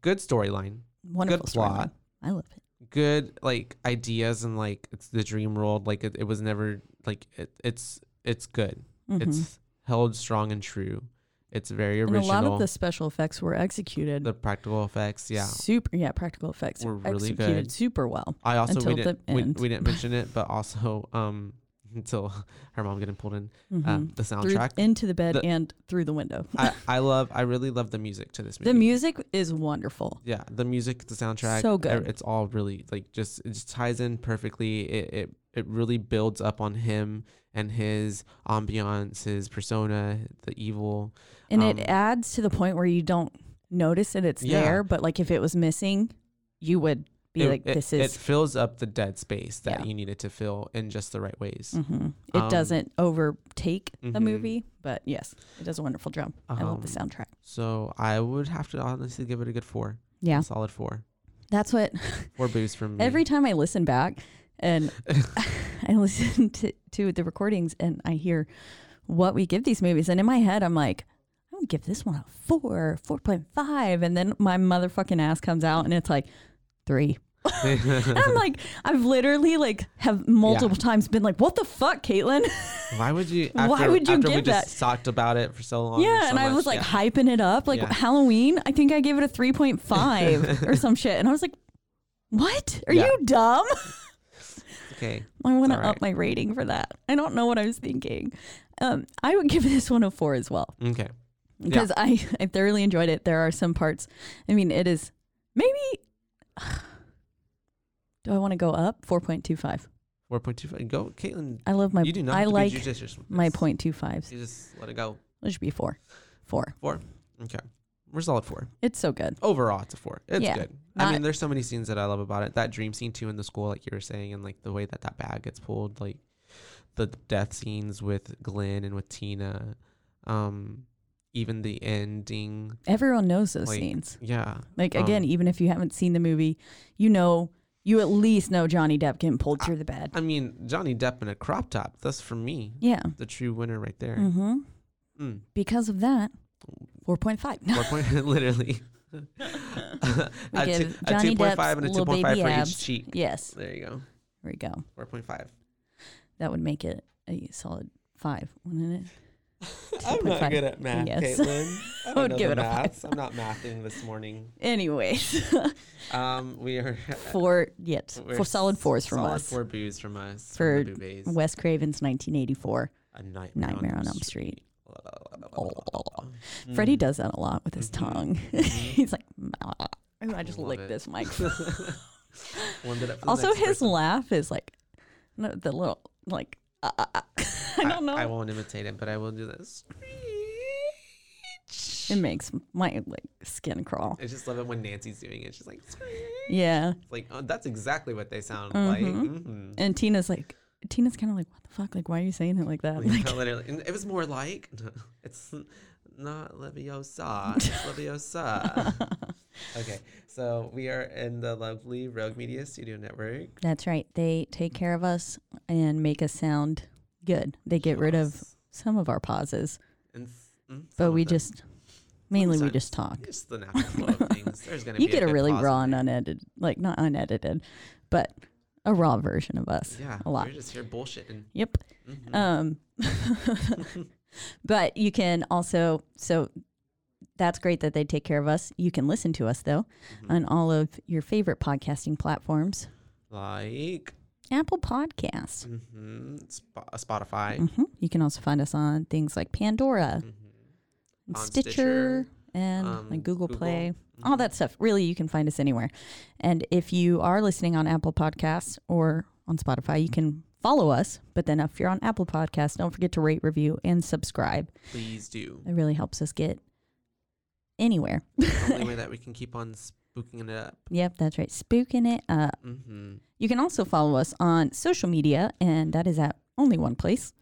Good storyline. Wonderful plot. storyline. I love it. Good like ideas and like it's the dream world. Like it, it was never like it, it's it's good. Mhm. It's held strong and true. It's very and original. a lot of the special effects were executed. the practical effects, yeah. Super. Yeah. Practical effects Were were really executed good. super well. I also we until didn't the we, end. we didn't mention it, but also um until her mom getting pulled in uh, Mhm. the Through- soundtrack. into the bed The- and through the window. I, I love I really love the music to this movie. the music is wonderful. Yeah, the music, the soundtrack. So e- good. It's all really like just it just ties in perfectly. It it, it really builds up on him and his ambiance, his persona, the evil. And Um, it adds to the point where you don't notice that it's Yeah. there, but like if it was missing, you would be it, like, it- "This it is." fills up the dead space that Yeah. you needed to fill in just the right ways. Mhm. It um, doesn't overtake the Mhm. movie, but yes, it does a wonderful job. I love the Um, soundtrack. So I would have to honestly give it a good four. Yeah, A solid four. that's what. Four boosts from me. Every time I listen back and I listen to, to the recordings and I hear what we give these movies, and in my head I'm like, I would give this one a four, four point five, and then my motherfucking ass comes out and it's like three. And I'm like, I've literally like have multiple times been like, what the fuck, Caitlin? Why would you? Why After, would you after we give that? just talked about it for so long. or yeah. so and I much, was like yeah. hyping it up. Like Yeah. Halloween, I think I gave it a 3.5 or some shit. And I was like, what? Are Yeah. you dumb? okay. I want to all right. up my rating for that. I don't know what I was thinking. Um, I would give this one a four as well Okay. because I, I thoroughly enjoyed it. There are some parts. I mean, it is maybe. Do I want to go up? 4.25. Four point two five. Go, Caitlin. I love my. you do not. I have to like be judicious with my this. point two fives. You just let it go. It should be four. Four. Okay. We're solid four. It's so good. Overall, it's a four. It's Yeah, good. I not- mean, there's so many scenes that I love about it. That dream scene too in the school, like you were saying, and like the way that that bag gets pulled, like the death scenes with Glenn and with Tina, um, even the ending. Everyone knows those Like, scenes. Yeah. Like again, um, even if you haven't seen the movie, you know you at least know Johnny Depp getting Ah. pulled through the bed. I mean, Johnny Depp in a crop top. That's for me Yeah. the true winner right there. Mm-hmm. Mm. Because of that, four point five. Four point, literally. a two, give a Johnny 2.5 Depp's and a little 2.5 baby for each abs. cheek. yes. There you go. There we go. 4.5. That would make it a solid five, wouldn't it? I'm not 2.5. good at math, Yes. Caitlin. I would don't know give the it a five. maths. I'm not mathing this morning. Anyways, Um, we are four yes, we're four solid fours from solid us. Four boos from us. For from the Bouvettes. Wes Craven's 1984 a nightmare, Nightmare on Elm Street. Street. Oh. Freddie does that a lot with his tongue. He's like, and I just Mm-hmm. Love lick it. this mic. Warmed it up for the also, next his person. laugh is like no, the little like uh, uh, uh. I don't know. I won't imitate it, but I will do this. it makes my like skin crawl. I just love it when Nancy's doing it. She's like, it's Yeah, like oh, that's exactly what they sound like. Mhm. hmm and Tina's like, Tina's kind of like, what the fuck? Like, why are you saying it like that? Like, Like, no, literally. And it was more like, it's n- not Leviosa, it's Leviosa. okay, so we are in the lovely Rogue Media Studio Network. That's right. They take care of us and make us sound good. They get rid of Yes. some of our pauses, And, s- mm, some but of we the- just mainly we Sometimes. just talk. It's the natural flow of things. There's gonna You be get a good really pause in raw and there. unedited, like not unedited, but a raw version of us. yeah, a lot. You're just here bullshitting. Yep. Mhm. Um, but you can also, so that's great that they take care of us. You can listen to us though Mhm. on all of your favorite podcasting platforms like Apple Podcasts. hmm Sp- Spotify, hmm You can also find us on things like Pandora, hmm and On Stitcher, Stitcher, and um, like Google, Google. Play, all Mhm. that stuff. Really, you can find us anywhere. And if you are listening on Apple Podcasts or on Spotify, you can follow us. But then if you're on Apple Podcasts, don't forget to rate, review, and subscribe. please do. It really helps us get anywhere. It's the only way that we can keep on spooking it up. Yep, that's right. Spooking it up. hmm You can also follow us on social media, and that is at only one place.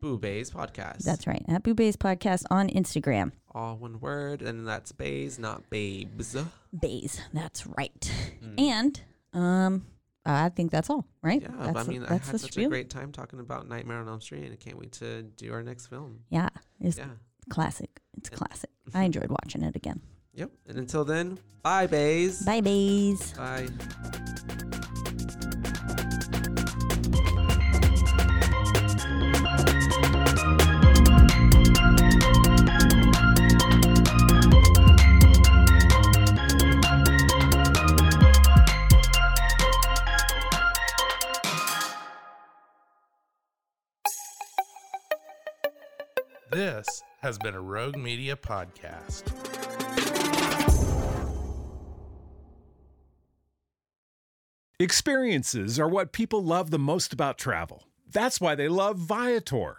Boo Bays podcast. That's right, at Boo Bays Podcast on Instagram. all one word, and that's bays, not babes. Bays. That's right. Mm. And um, I think that's all, right? yeah, but that's I mean, I that's had the such a spiel. great time talking about Nightmare on Elm Street, and I can't wait to do our next film. yeah, it's Yeah. classic. It's Yeah. classic. I enjoyed watching it again. Yep. And until then, bye, bays. Bye, bays. Bye. This has been a Rogue Media podcast. Experiences are what people love the most about travel. That's why they love Viator.